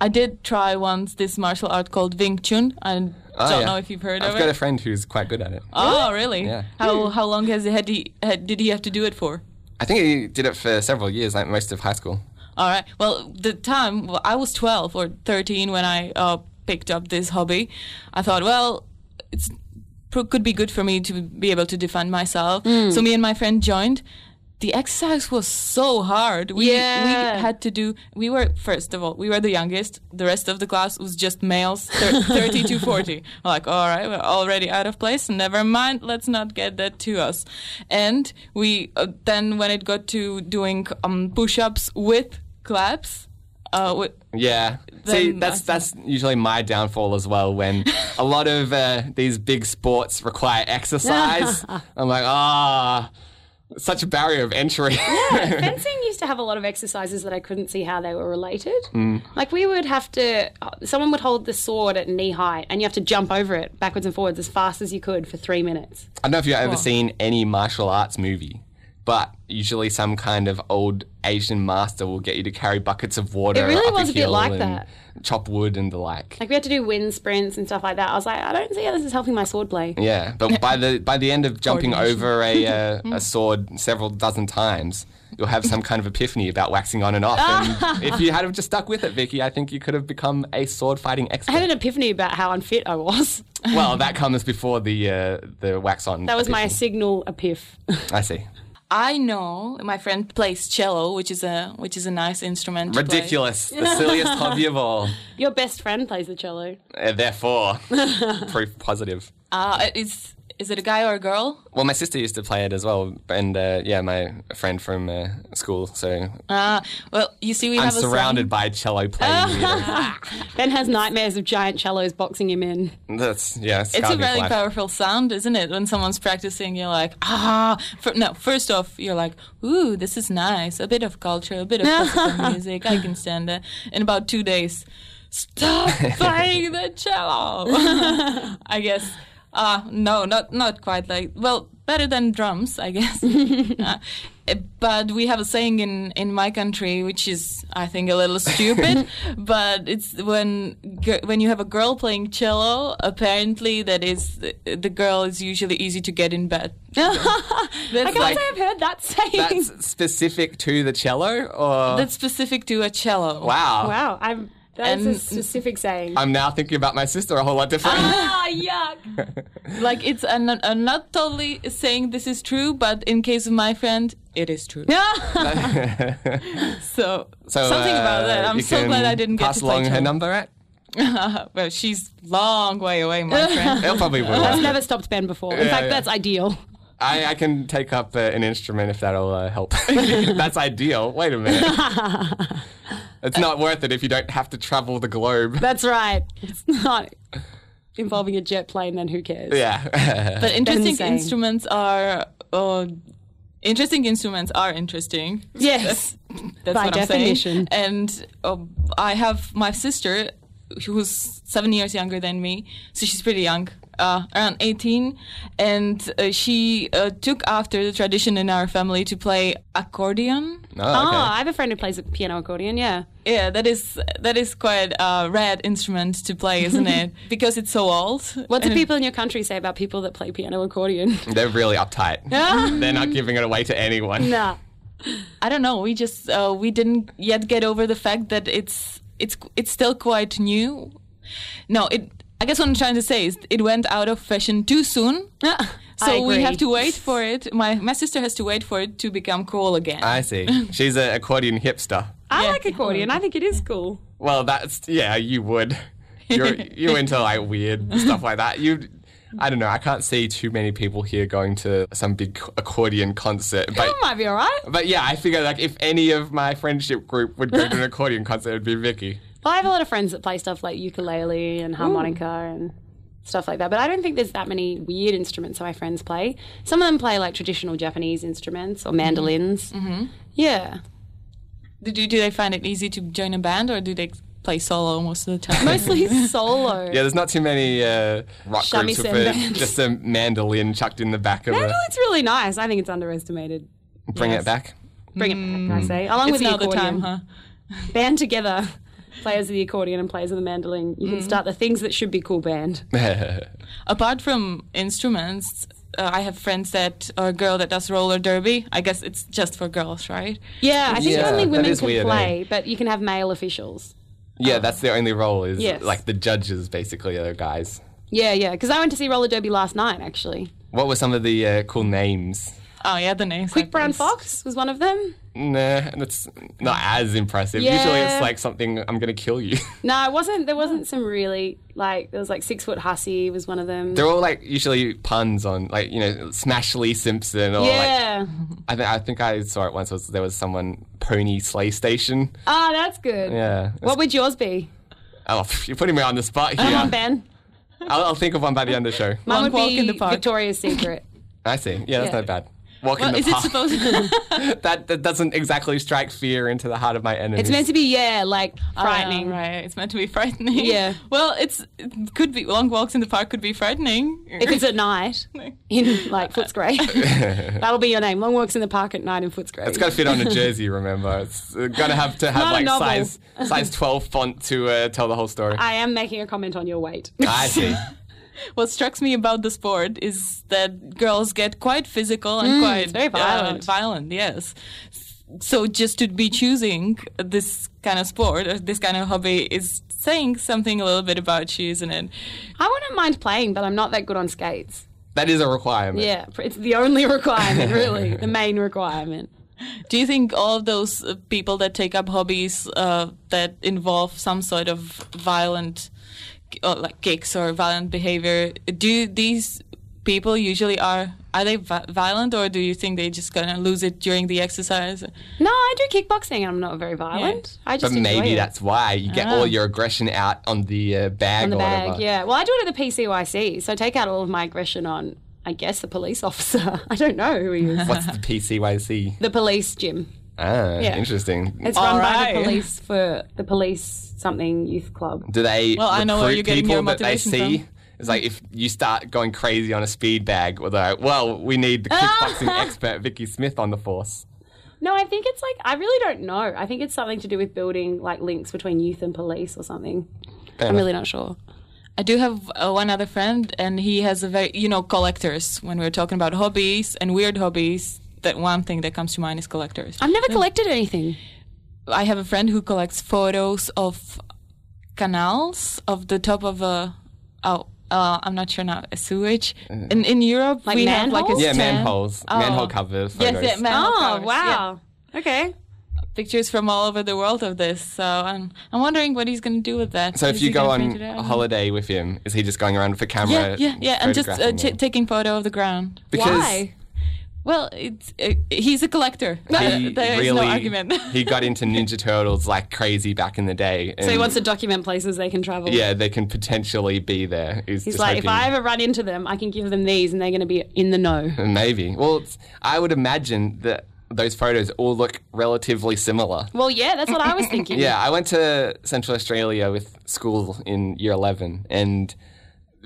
[SPEAKER 1] I did try once this martial art called Wing Chun. I don't
[SPEAKER 2] Ah, yeah.
[SPEAKER 1] know if you've heard
[SPEAKER 2] I've
[SPEAKER 1] of
[SPEAKER 2] got
[SPEAKER 1] it.
[SPEAKER 2] a friend who's quite good at it.
[SPEAKER 1] oh, really?
[SPEAKER 2] Yeah.
[SPEAKER 1] How how long has had he had, did he have to do it for?
[SPEAKER 2] I think he did it for several years, like most of high school.
[SPEAKER 1] All right. Well, the time well, I was 12 or 13 when I uh, picked up this hobby, I thought, well, it's pro- could be good for me to be able to defend myself. So me and my friend joined. The exercise was so hard. We
[SPEAKER 3] Yeah.
[SPEAKER 1] we had to do. We were first of all, we were the youngest. The rest of the class was just males, thir- 30 to 40. Like, all right, we're already out of place. Never mind. Let's not get that to us. And we uh, then when it got to doing um, push-ups with claps, uh, with,
[SPEAKER 2] Yeah. See,
[SPEAKER 1] Then
[SPEAKER 2] that's
[SPEAKER 1] I
[SPEAKER 2] that's usually my downfall as well. When a lot of uh, these big sports require exercise, I'm like, ah, Such a barrier of entry.
[SPEAKER 3] fencing used to have a lot of exercises that I couldn't see how they were related. Like we would have to, uh, someone would hold the sword at knee height, and you have to jump over it backwards and forwards as fast as you could for three minutes.
[SPEAKER 2] I don't know if you've ever seen any martial arts movie, but usually some kind of old Asian master will get you to carry buckets of water.
[SPEAKER 3] It really
[SPEAKER 2] up
[SPEAKER 3] was a bit
[SPEAKER 2] hill
[SPEAKER 3] like
[SPEAKER 2] and
[SPEAKER 3] that.
[SPEAKER 2] Chop wood and the like.
[SPEAKER 3] Like we had to do wind sprints and stuff like that. I was like, I don't see how this is helping my sword play.
[SPEAKER 2] Yeah, but by the by the end of jumping over a uh, a sword several dozen times, you'll have some kind of epiphany about waxing on and off. And if you had have just stuck with it, Vicky, I think you could have become a sword fighting
[SPEAKER 3] I had
[SPEAKER 2] expert.
[SPEAKER 3] an epiphany about how unfit I was.
[SPEAKER 2] well, that comes before the uh, the wax on.
[SPEAKER 3] That was my signal epiph.
[SPEAKER 2] I see.
[SPEAKER 1] I know my friend plays cello, which is a which is a nice instrument. to play.
[SPEAKER 2] Ridiculous, the silliest hobby of all.
[SPEAKER 3] Your best friend plays the cello.
[SPEAKER 2] Uh, therefore, proof positive.
[SPEAKER 1] Uh, is is it a guy or a girl?
[SPEAKER 2] Well, my sister used to play it as well, and uh, yeah, my friend from uh, school. So
[SPEAKER 1] Uh, well, you see, we
[SPEAKER 2] I'm
[SPEAKER 1] have a
[SPEAKER 2] surrounded by cello playing. weirdos.
[SPEAKER 3] Ben has nightmares of giant cellos boxing him in.
[SPEAKER 2] That's yeah. It's,
[SPEAKER 1] It's
[SPEAKER 2] gotta
[SPEAKER 1] a
[SPEAKER 2] be
[SPEAKER 1] really
[SPEAKER 2] life.
[SPEAKER 1] powerful sound, isn't it? When someone's practicing, you're like, ah. F no, first off, you're like, ooh, this is nice. A bit of culture, a bit of classical music. I can stand it. In about two days, stop playing the cello. I guess. Uh, no, not not quite like. Well, better than drums, I guess. Uh, but we have a saying in, in my country, which is I think a little stupid, but it's when gir- when you have a girl playing cello, apparently that is the, the girl is usually easy to get in bed.
[SPEAKER 3] I
[SPEAKER 1] That's
[SPEAKER 3] can't
[SPEAKER 1] like
[SPEAKER 3] say I've heard that saying.
[SPEAKER 2] That's specific to the cello, or
[SPEAKER 1] that's specific to a cello.
[SPEAKER 2] wow.
[SPEAKER 3] wow, I'm, that is a
[SPEAKER 1] And-
[SPEAKER 3] specific saying.
[SPEAKER 2] I'm now thinking about my sister a whole lot
[SPEAKER 1] Oh,
[SPEAKER 2] differently.
[SPEAKER 3] ah, yuck.
[SPEAKER 1] Like it's I'm not, I'm not totally saying this is true, but in case of my friend, it is true. So,
[SPEAKER 2] So,
[SPEAKER 1] something about
[SPEAKER 2] uh,
[SPEAKER 1] that. I'm
[SPEAKER 2] you
[SPEAKER 1] so
[SPEAKER 2] can
[SPEAKER 1] glad I didn't get
[SPEAKER 2] pass
[SPEAKER 1] to play
[SPEAKER 2] along her
[SPEAKER 1] cello.
[SPEAKER 2] number at.
[SPEAKER 1] Well, she's long way away, my friend.
[SPEAKER 2] It probably will.
[SPEAKER 3] That's never stopped Ben before. In
[SPEAKER 2] Yeah,
[SPEAKER 3] fact,
[SPEAKER 2] yeah.
[SPEAKER 3] that's ideal.
[SPEAKER 2] I, I can take up uh, an instrument if that'll uh, help. That's ideal. Wait a minute. it's not worth it if you don't have to travel the globe.
[SPEAKER 3] That's right. It's not involving a jet plane, then who cares?
[SPEAKER 2] Yeah.
[SPEAKER 1] But interesting
[SPEAKER 3] insane.
[SPEAKER 1] instruments are uh, interesting instruments are interesting.
[SPEAKER 3] Yes.
[SPEAKER 1] That's
[SPEAKER 3] By
[SPEAKER 1] what
[SPEAKER 3] definition.
[SPEAKER 1] I'm saying. And uh, I have my sister, who's seven years younger than me, so she's pretty young, uh, around 18. And uh, she uh, took after the tradition in our family to play accordion.
[SPEAKER 2] No,
[SPEAKER 3] Oh,
[SPEAKER 2] okay.
[SPEAKER 3] I have a friend who plays a piano accordion, yeah.
[SPEAKER 1] Yeah, that is that is quite a rare instrument to play, isn't it? because it's so old.
[SPEAKER 3] What do people in your country say about people that play piano accordion?
[SPEAKER 2] They're really uptight.
[SPEAKER 1] Ah,
[SPEAKER 2] They're not giving it away to anyone.
[SPEAKER 3] nah.
[SPEAKER 1] I don't know. We just uh, we didn't yet get over the fact that it's it's it's still quite new. No, it. I guess what I'm trying to say is it went out of fashion too soon. So we have to wait for it. My my sister has to wait for it to become cool again.
[SPEAKER 2] I see. She's an accordion hipster.
[SPEAKER 3] I
[SPEAKER 1] Yeah.
[SPEAKER 3] like accordion. I think it is cool.
[SPEAKER 2] Well, that's yeah, you would. You're you into like weird stuff like that. You, I don't know. I can't see too many people here going to some big accordion concert, but.
[SPEAKER 3] It might be all right.
[SPEAKER 2] But yeah, I figure like if any of my friendship group would go to an accordion concert, it would be Vicky.
[SPEAKER 3] Well, I have a lot of friends that play stuff like ukulele and harmonica and stuff like that. But I don't think there's that many weird instruments that my friends play. Some of them play like traditional Japanese instruments or mandolins. Mm-hmm. Yeah.
[SPEAKER 1] Do, do do they find it easy to join a band or do they play solo most of the time?
[SPEAKER 3] Mostly solo.
[SPEAKER 2] Yeah, there's not too many uh, rock groups
[SPEAKER 3] Shamisen
[SPEAKER 2] with a,
[SPEAKER 3] bands.
[SPEAKER 2] just a mandolin chucked in the back of a
[SPEAKER 3] Mandolin's really nice. I think it's underestimated.
[SPEAKER 2] bring it back.
[SPEAKER 3] Bring it
[SPEAKER 2] Mm.
[SPEAKER 3] back, I say. Along
[SPEAKER 1] It's
[SPEAKER 3] with the
[SPEAKER 1] now the
[SPEAKER 3] accordion.
[SPEAKER 1] time, huh?
[SPEAKER 3] Band together. Players of the accordion and players of the mandolin. You
[SPEAKER 2] Mm.
[SPEAKER 3] can start the things that should be cool band.
[SPEAKER 1] apart from instruments, uh, I have friends that or a girl that does roller derby. I guess it's just for girls, right?
[SPEAKER 3] Yeah, I think
[SPEAKER 2] Yeah,
[SPEAKER 3] only
[SPEAKER 2] that
[SPEAKER 3] women
[SPEAKER 2] is
[SPEAKER 3] can
[SPEAKER 2] weird, eh?
[SPEAKER 3] play, but you can have male officials.
[SPEAKER 2] yeah, that's the only role is
[SPEAKER 3] Yes.
[SPEAKER 2] like the judges basically are guys.
[SPEAKER 3] Yeah, yeah. Because I went to see roller derby last night, actually.
[SPEAKER 2] What were some of the uh, cool names?
[SPEAKER 1] Oh yeah, the names.
[SPEAKER 3] Quick
[SPEAKER 1] like
[SPEAKER 3] Brown
[SPEAKER 1] this.
[SPEAKER 3] Fox was one of them.
[SPEAKER 2] Nah, that's not as impressive. Usually
[SPEAKER 3] Yeah.
[SPEAKER 2] it's like something I'm gonna kill you.
[SPEAKER 3] No, it wasn't. There wasn't some really like. There was like six foot hussy was one of them.
[SPEAKER 2] They're all like usually puns on like you know Smash Lee Simpson or like
[SPEAKER 3] yeah.
[SPEAKER 2] I, th- I think I saw it once was there was someone Pony Sleigh Station.
[SPEAKER 3] Ah, that's good.
[SPEAKER 2] Yeah.
[SPEAKER 3] What would yours be?
[SPEAKER 2] Oh, you're putting me on the spot here.
[SPEAKER 3] Come on, Ben.
[SPEAKER 2] I'll, I'll think of one by the end of the show.
[SPEAKER 3] Mine
[SPEAKER 1] Long
[SPEAKER 3] would
[SPEAKER 1] walk
[SPEAKER 3] be
[SPEAKER 1] in the park.
[SPEAKER 3] Victoria's Secret.
[SPEAKER 2] I see. Yeah, that's
[SPEAKER 3] Yeah.
[SPEAKER 2] not bad. walk in
[SPEAKER 1] Well,
[SPEAKER 2] the
[SPEAKER 1] is it
[SPEAKER 2] park.
[SPEAKER 1] supposed?
[SPEAKER 2] that, that doesn't exactly strike fear into the heart of my enemies.
[SPEAKER 3] It's meant to be, Oh, yeah, like frightening.
[SPEAKER 1] Ah, right, it's meant to be frightening.
[SPEAKER 3] Um, Yeah.
[SPEAKER 1] Well, it's it could be long walks in the park could be frightening.
[SPEAKER 3] If it's at night in like Footscray, that'll be your name. Long walks in the park at night in Footscray.
[SPEAKER 2] It's got to fit on a jersey, remember? It's uh, gonna have to
[SPEAKER 3] not
[SPEAKER 2] have
[SPEAKER 3] a
[SPEAKER 2] like
[SPEAKER 3] novel.
[SPEAKER 2] size size twelve font to uh, tell the whole story.
[SPEAKER 3] I am making a comment on your weight.
[SPEAKER 2] I see.
[SPEAKER 1] what strikes me about the sport is that girls get quite physical and quite
[SPEAKER 3] Mm, very
[SPEAKER 1] uh,
[SPEAKER 3] violent.
[SPEAKER 1] violent, yes. So just to be choosing this kind of sport or this kind of hobby is saying something a little bit about you, isn't it?
[SPEAKER 3] I wouldn't mind playing, but I'm not that good on skates.
[SPEAKER 2] That is a requirement.
[SPEAKER 3] Yeah, pr- it's the only requirement, really, the main requirement.
[SPEAKER 1] Do you think all of those uh, people that take up hobbies uh, that involve some sort of violent, uh, like kicks or violent behavior, do these people usually are are they vi- violent or do you think they just gonna lose it during the exercise?
[SPEAKER 3] No, I do kickboxing and I'm not very violent. I
[SPEAKER 2] But
[SPEAKER 3] just enjoy
[SPEAKER 2] maybe
[SPEAKER 3] it.
[SPEAKER 2] that's why you get
[SPEAKER 1] Ah.
[SPEAKER 2] all your aggression out on the uh, bag
[SPEAKER 3] on the
[SPEAKER 2] or
[SPEAKER 3] bag.
[SPEAKER 2] whatever.
[SPEAKER 3] Yeah. Well, I do it at the PCYC, so I take out all of my aggression on, I guess, the police officer. I don't know who he is.
[SPEAKER 2] What's the PCYC?
[SPEAKER 3] the police gym.
[SPEAKER 2] Ah,
[SPEAKER 3] Yeah.
[SPEAKER 2] interesting.
[SPEAKER 3] It's
[SPEAKER 1] All
[SPEAKER 3] run by the
[SPEAKER 1] right.
[SPEAKER 3] police for the police something youth club.
[SPEAKER 2] Do they
[SPEAKER 1] Well, I know where
[SPEAKER 2] recruit
[SPEAKER 1] you're getting
[SPEAKER 2] people
[SPEAKER 1] your
[SPEAKER 2] that they
[SPEAKER 1] motivation
[SPEAKER 2] see?
[SPEAKER 1] from.
[SPEAKER 2] It's like if you start going crazy on a speed bag, well, they're like, well, we need
[SPEAKER 1] Ah.
[SPEAKER 2] the kickboxing expert Vicky Smith on the force.
[SPEAKER 3] No, I think it's like I really don't know. I think it's something to do with building like links between youth and police or something. I'm really not sure.
[SPEAKER 1] I do have uh, one other friend, and he has a very, you know, collectors. When we're talking about hobbies and weird hobbies, that one thing that comes to mind is collectors.
[SPEAKER 3] I've never collected anything.
[SPEAKER 1] I have a friend who collects photos of canals of the top of a, oh, uh, I'm not sure now, a sewage. In in Europe,
[SPEAKER 3] Like
[SPEAKER 1] we have like a
[SPEAKER 3] manholes?
[SPEAKER 2] Mm. Yeah,
[SPEAKER 1] stand-
[SPEAKER 2] manholes, manhole covers.
[SPEAKER 1] Oh. Yes,
[SPEAKER 2] Photos.
[SPEAKER 1] yeah, manhole covers, yeah.
[SPEAKER 3] Oh, Okay.
[SPEAKER 1] Pictures from all over the world of this. So I'm I'm wondering what he's going to do with that.
[SPEAKER 2] So
[SPEAKER 1] Is
[SPEAKER 2] if
[SPEAKER 1] he
[SPEAKER 2] you go
[SPEAKER 1] gonna
[SPEAKER 2] on
[SPEAKER 1] print it out?
[SPEAKER 2] a holiday with him, is he just going around with a
[SPEAKER 1] yeah,
[SPEAKER 2] camera?
[SPEAKER 1] yeah, yeah, and just uh,
[SPEAKER 2] photographing
[SPEAKER 1] t-
[SPEAKER 2] them?
[SPEAKER 1] taking photo of the ground.
[SPEAKER 2] because
[SPEAKER 3] Why?
[SPEAKER 1] Well, it's, uh, he's a collector.
[SPEAKER 2] he
[SPEAKER 1] there
[SPEAKER 2] really
[SPEAKER 1] is no argument.
[SPEAKER 2] he got into Ninja Turtles like crazy back in the day.
[SPEAKER 3] So he
[SPEAKER 2] and,
[SPEAKER 3] wants to document places they can travel.
[SPEAKER 2] Yeah, they can potentially be there. He's,
[SPEAKER 3] He's
[SPEAKER 2] just
[SPEAKER 3] like, if
[SPEAKER 2] hoping-
[SPEAKER 3] I ever run into them, I can give them these, and they're going to be in the know.
[SPEAKER 2] maybe. Well, it's, I would imagine that those photos all look relatively similar.
[SPEAKER 3] Well, yeah, that's what I was thinking.
[SPEAKER 2] Yeah, I went to Central Australia with school in year 11 and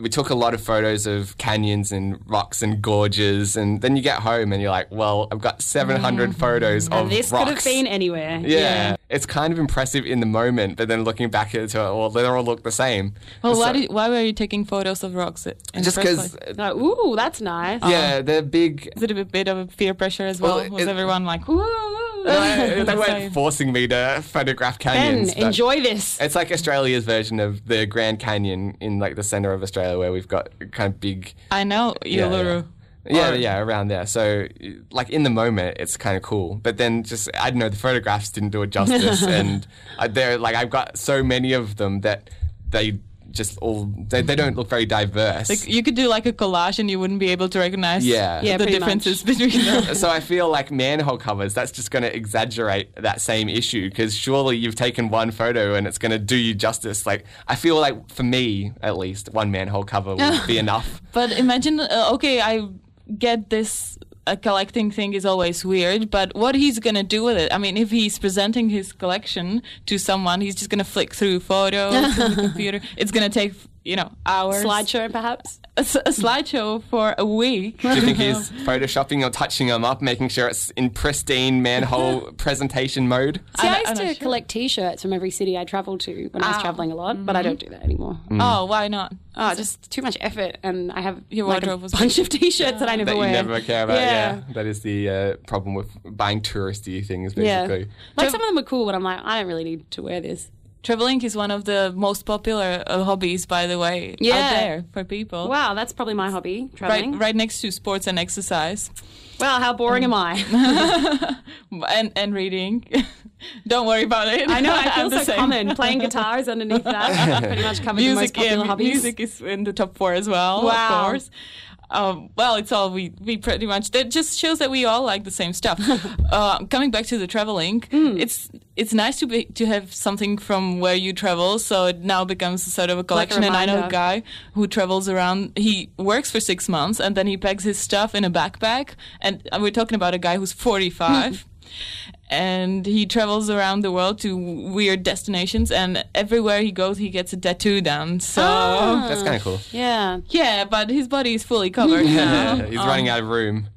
[SPEAKER 2] we took a lot of photos of canyons and rocks and gorges and then you get home and you're like, well, I've got 700 photos of
[SPEAKER 3] Mm. This
[SPEAKER 2] rocks.
[SPEAKER 3] could have been anywhere.
[SPEAKER 2] yeah. it's kind of impressive in the moment, but then looking back at it, well, they all look the same.
[SPEAKER 1] well, why,
[SPEAKER 2] So-
[SPEAKER 1] did, why were you taking photos of rocks? in the
[SPEAKER 2] just
[SPEAKER 1] first
[SPEAKER 2] because,
[SPEAKER 1] place?
[SPEAKER 3] Like, ooh, that's nice.
[SPEAKER 2] yeah, they're big.
[SPEAKER 1] Is it a bit of a peer pressure as well?
[SPEAKER 2] Well,
[SPEAKER 1] Was
[SPEAKER 2] it-
[SPEAKER 1] everyone like,
[SPEAKER 3] Ooh,
[SPEAKER 1] "Ooh,
[SPEAKER 3] ooh, ooh.
[SPEAKER 2] they
[SPEAKER 1] Sorry.
[SPEAKER 2] weren't forcing me to photograph
[SPEAKER 3] Ben,
[SPEAKER 2] canyons. but-
[SPEAKER 3] enjoy this.
[SPEAKER 2] It's like Australia's version of the Grand Canyon in like the center of Australia, where we've got kind of big,
[SPEAKER 1] I know Uluru.
[SPEAKER 2] yeah, yeah, around there. So, like in the moment, it's kind of cool. But then, just I don't know, the photographs didn't do it justice, and I- they're like I've got so many of them that they just all they, they don't look very diverse.
[SPEAKER 1] Like, you could do like a collage and you wouldn't be able to recognize
[SPEAKER 2] Yeah. Yeah,
[SPEAKER 1] the
[SPEAKER 3] pretty
[SPEAKER 1] differences between them.
[SPEAKER 2] so I feel like manhole covers. That's just going to exaggerate that same issue because surely you've taken one photo and it's going to do you justice. Like I feel like for me at least, one manhole cover would be enough.
[SPEAKER 1] but imagine, uh, okay, I get this. uh collecting thing is always weird, but what he's gonna do with it? I mean, if he's presenting his collection to someone, he's just gonna flick through photos on the computer. It's gonna take, you know, hours.
[SPEAKER 3] Slideshow, perhaps.
[SPEAKER 1] a, s- a slideshow for a week.
[SPEAKER 2] Do you think he's photoshopping or touching them up, making sure it's in pristine manhole presentation mode?
[SPEAKER 3] See, I,
[SPEAKER 1] I'm
[SPEAKER 3] used
[SPEAKER 1] not
[SPEAKER 3] to
[SPEAKER 1] sure. Ah.
[SPEAKER 3] collect T-shirts from every city I travelled to when I was travelling a lot,
[SPEAKER 1] Mm-hmm.
[SPEAKER 3] but I don't do that anymore.
[SPEAKER 2] Mm.
[SPEAKER 1] Oh, why not?
[SPEAKER 3] Oh, just too much effort, and I have
[SPEAKER 1] Your
[SPEAKER 3] like a
[SPEAKER 1] wardrobe was-
[SPEAKER 3] bunch of T-shirts that I never
[SPEAKER 2] That you
[SPEAKER 3] wear.
[SPEAKER 2] never care about, yeah. That is the uh, problem with buying touristy things,
[SPEAKER 3] yeah.
[SPEAKER 2] basically.
[SPEAKER 3] Like some of them are cool, but I'm like, I don't really need to wear this.
[SPEAKER 1] Traveling is one of the most popular uh, hobbies, by the way, out
[SPEAKER 3] Yeah.
[SPEAKER 1] there for people.
[SPEAKER 3] Wow, that's probably my hobby,
[SPEAKER 1] Right,
[SPEAKER 3] travelling.
[SPEAKER 1] right next to sports and exercise
[SPEAKER 2] Mm.
[SPEAKER 3] Wow, how boring am I?
[SPEAKER 1] and, and reading. Don't worry about it.
[SPEAKER 3] I know, I
[SPEAKER 1] I'm
[SPEAKER 3] feel
[SPEAKER 1] the
[SPEAKER 3] so
[SPEAKER 1] same.
[SPEAKER 3] common. Playing guitar is underneath that. Pretty much covered the most
[SPEAKER 1] Music,
[SPEAKER 3] popular
[SPEAKER 1] in,
[SPEAKER 3] hobbies.
[SPEAKER 1] music is in the top four as well,
[SPEAKER 3] Wow.
[SPEAKER 1] of course. Um, well, it's all we, we pretty much. That just shows that we all like the same stuff. uh, coming back to the traveling,
[SPEAKER 3] Hmm.
[SPEAKER 1] it's it's nice to be to have something from where you travel. So it now becomes sort of a
[SPEAKER 3] Like a
[SPEAKER 1] collection. and I know a
[SPEAKER 3] reminder.
[SPEAKER 1] guy who travels around. He works for six months and then he packs his stuff in a backpack. And we're talking about a guy who's forty five. and he travels around the world to weird destinations and everywhere he goes he gets a tattoo done so Ah.
[SPEAKER 2] That's kind of cool.
[SPEAKER 3] Yeah.
[SPEAKER 1] yeah but his body is fully covered now.
[SPEAKER 2] Yeah, he's running out of room.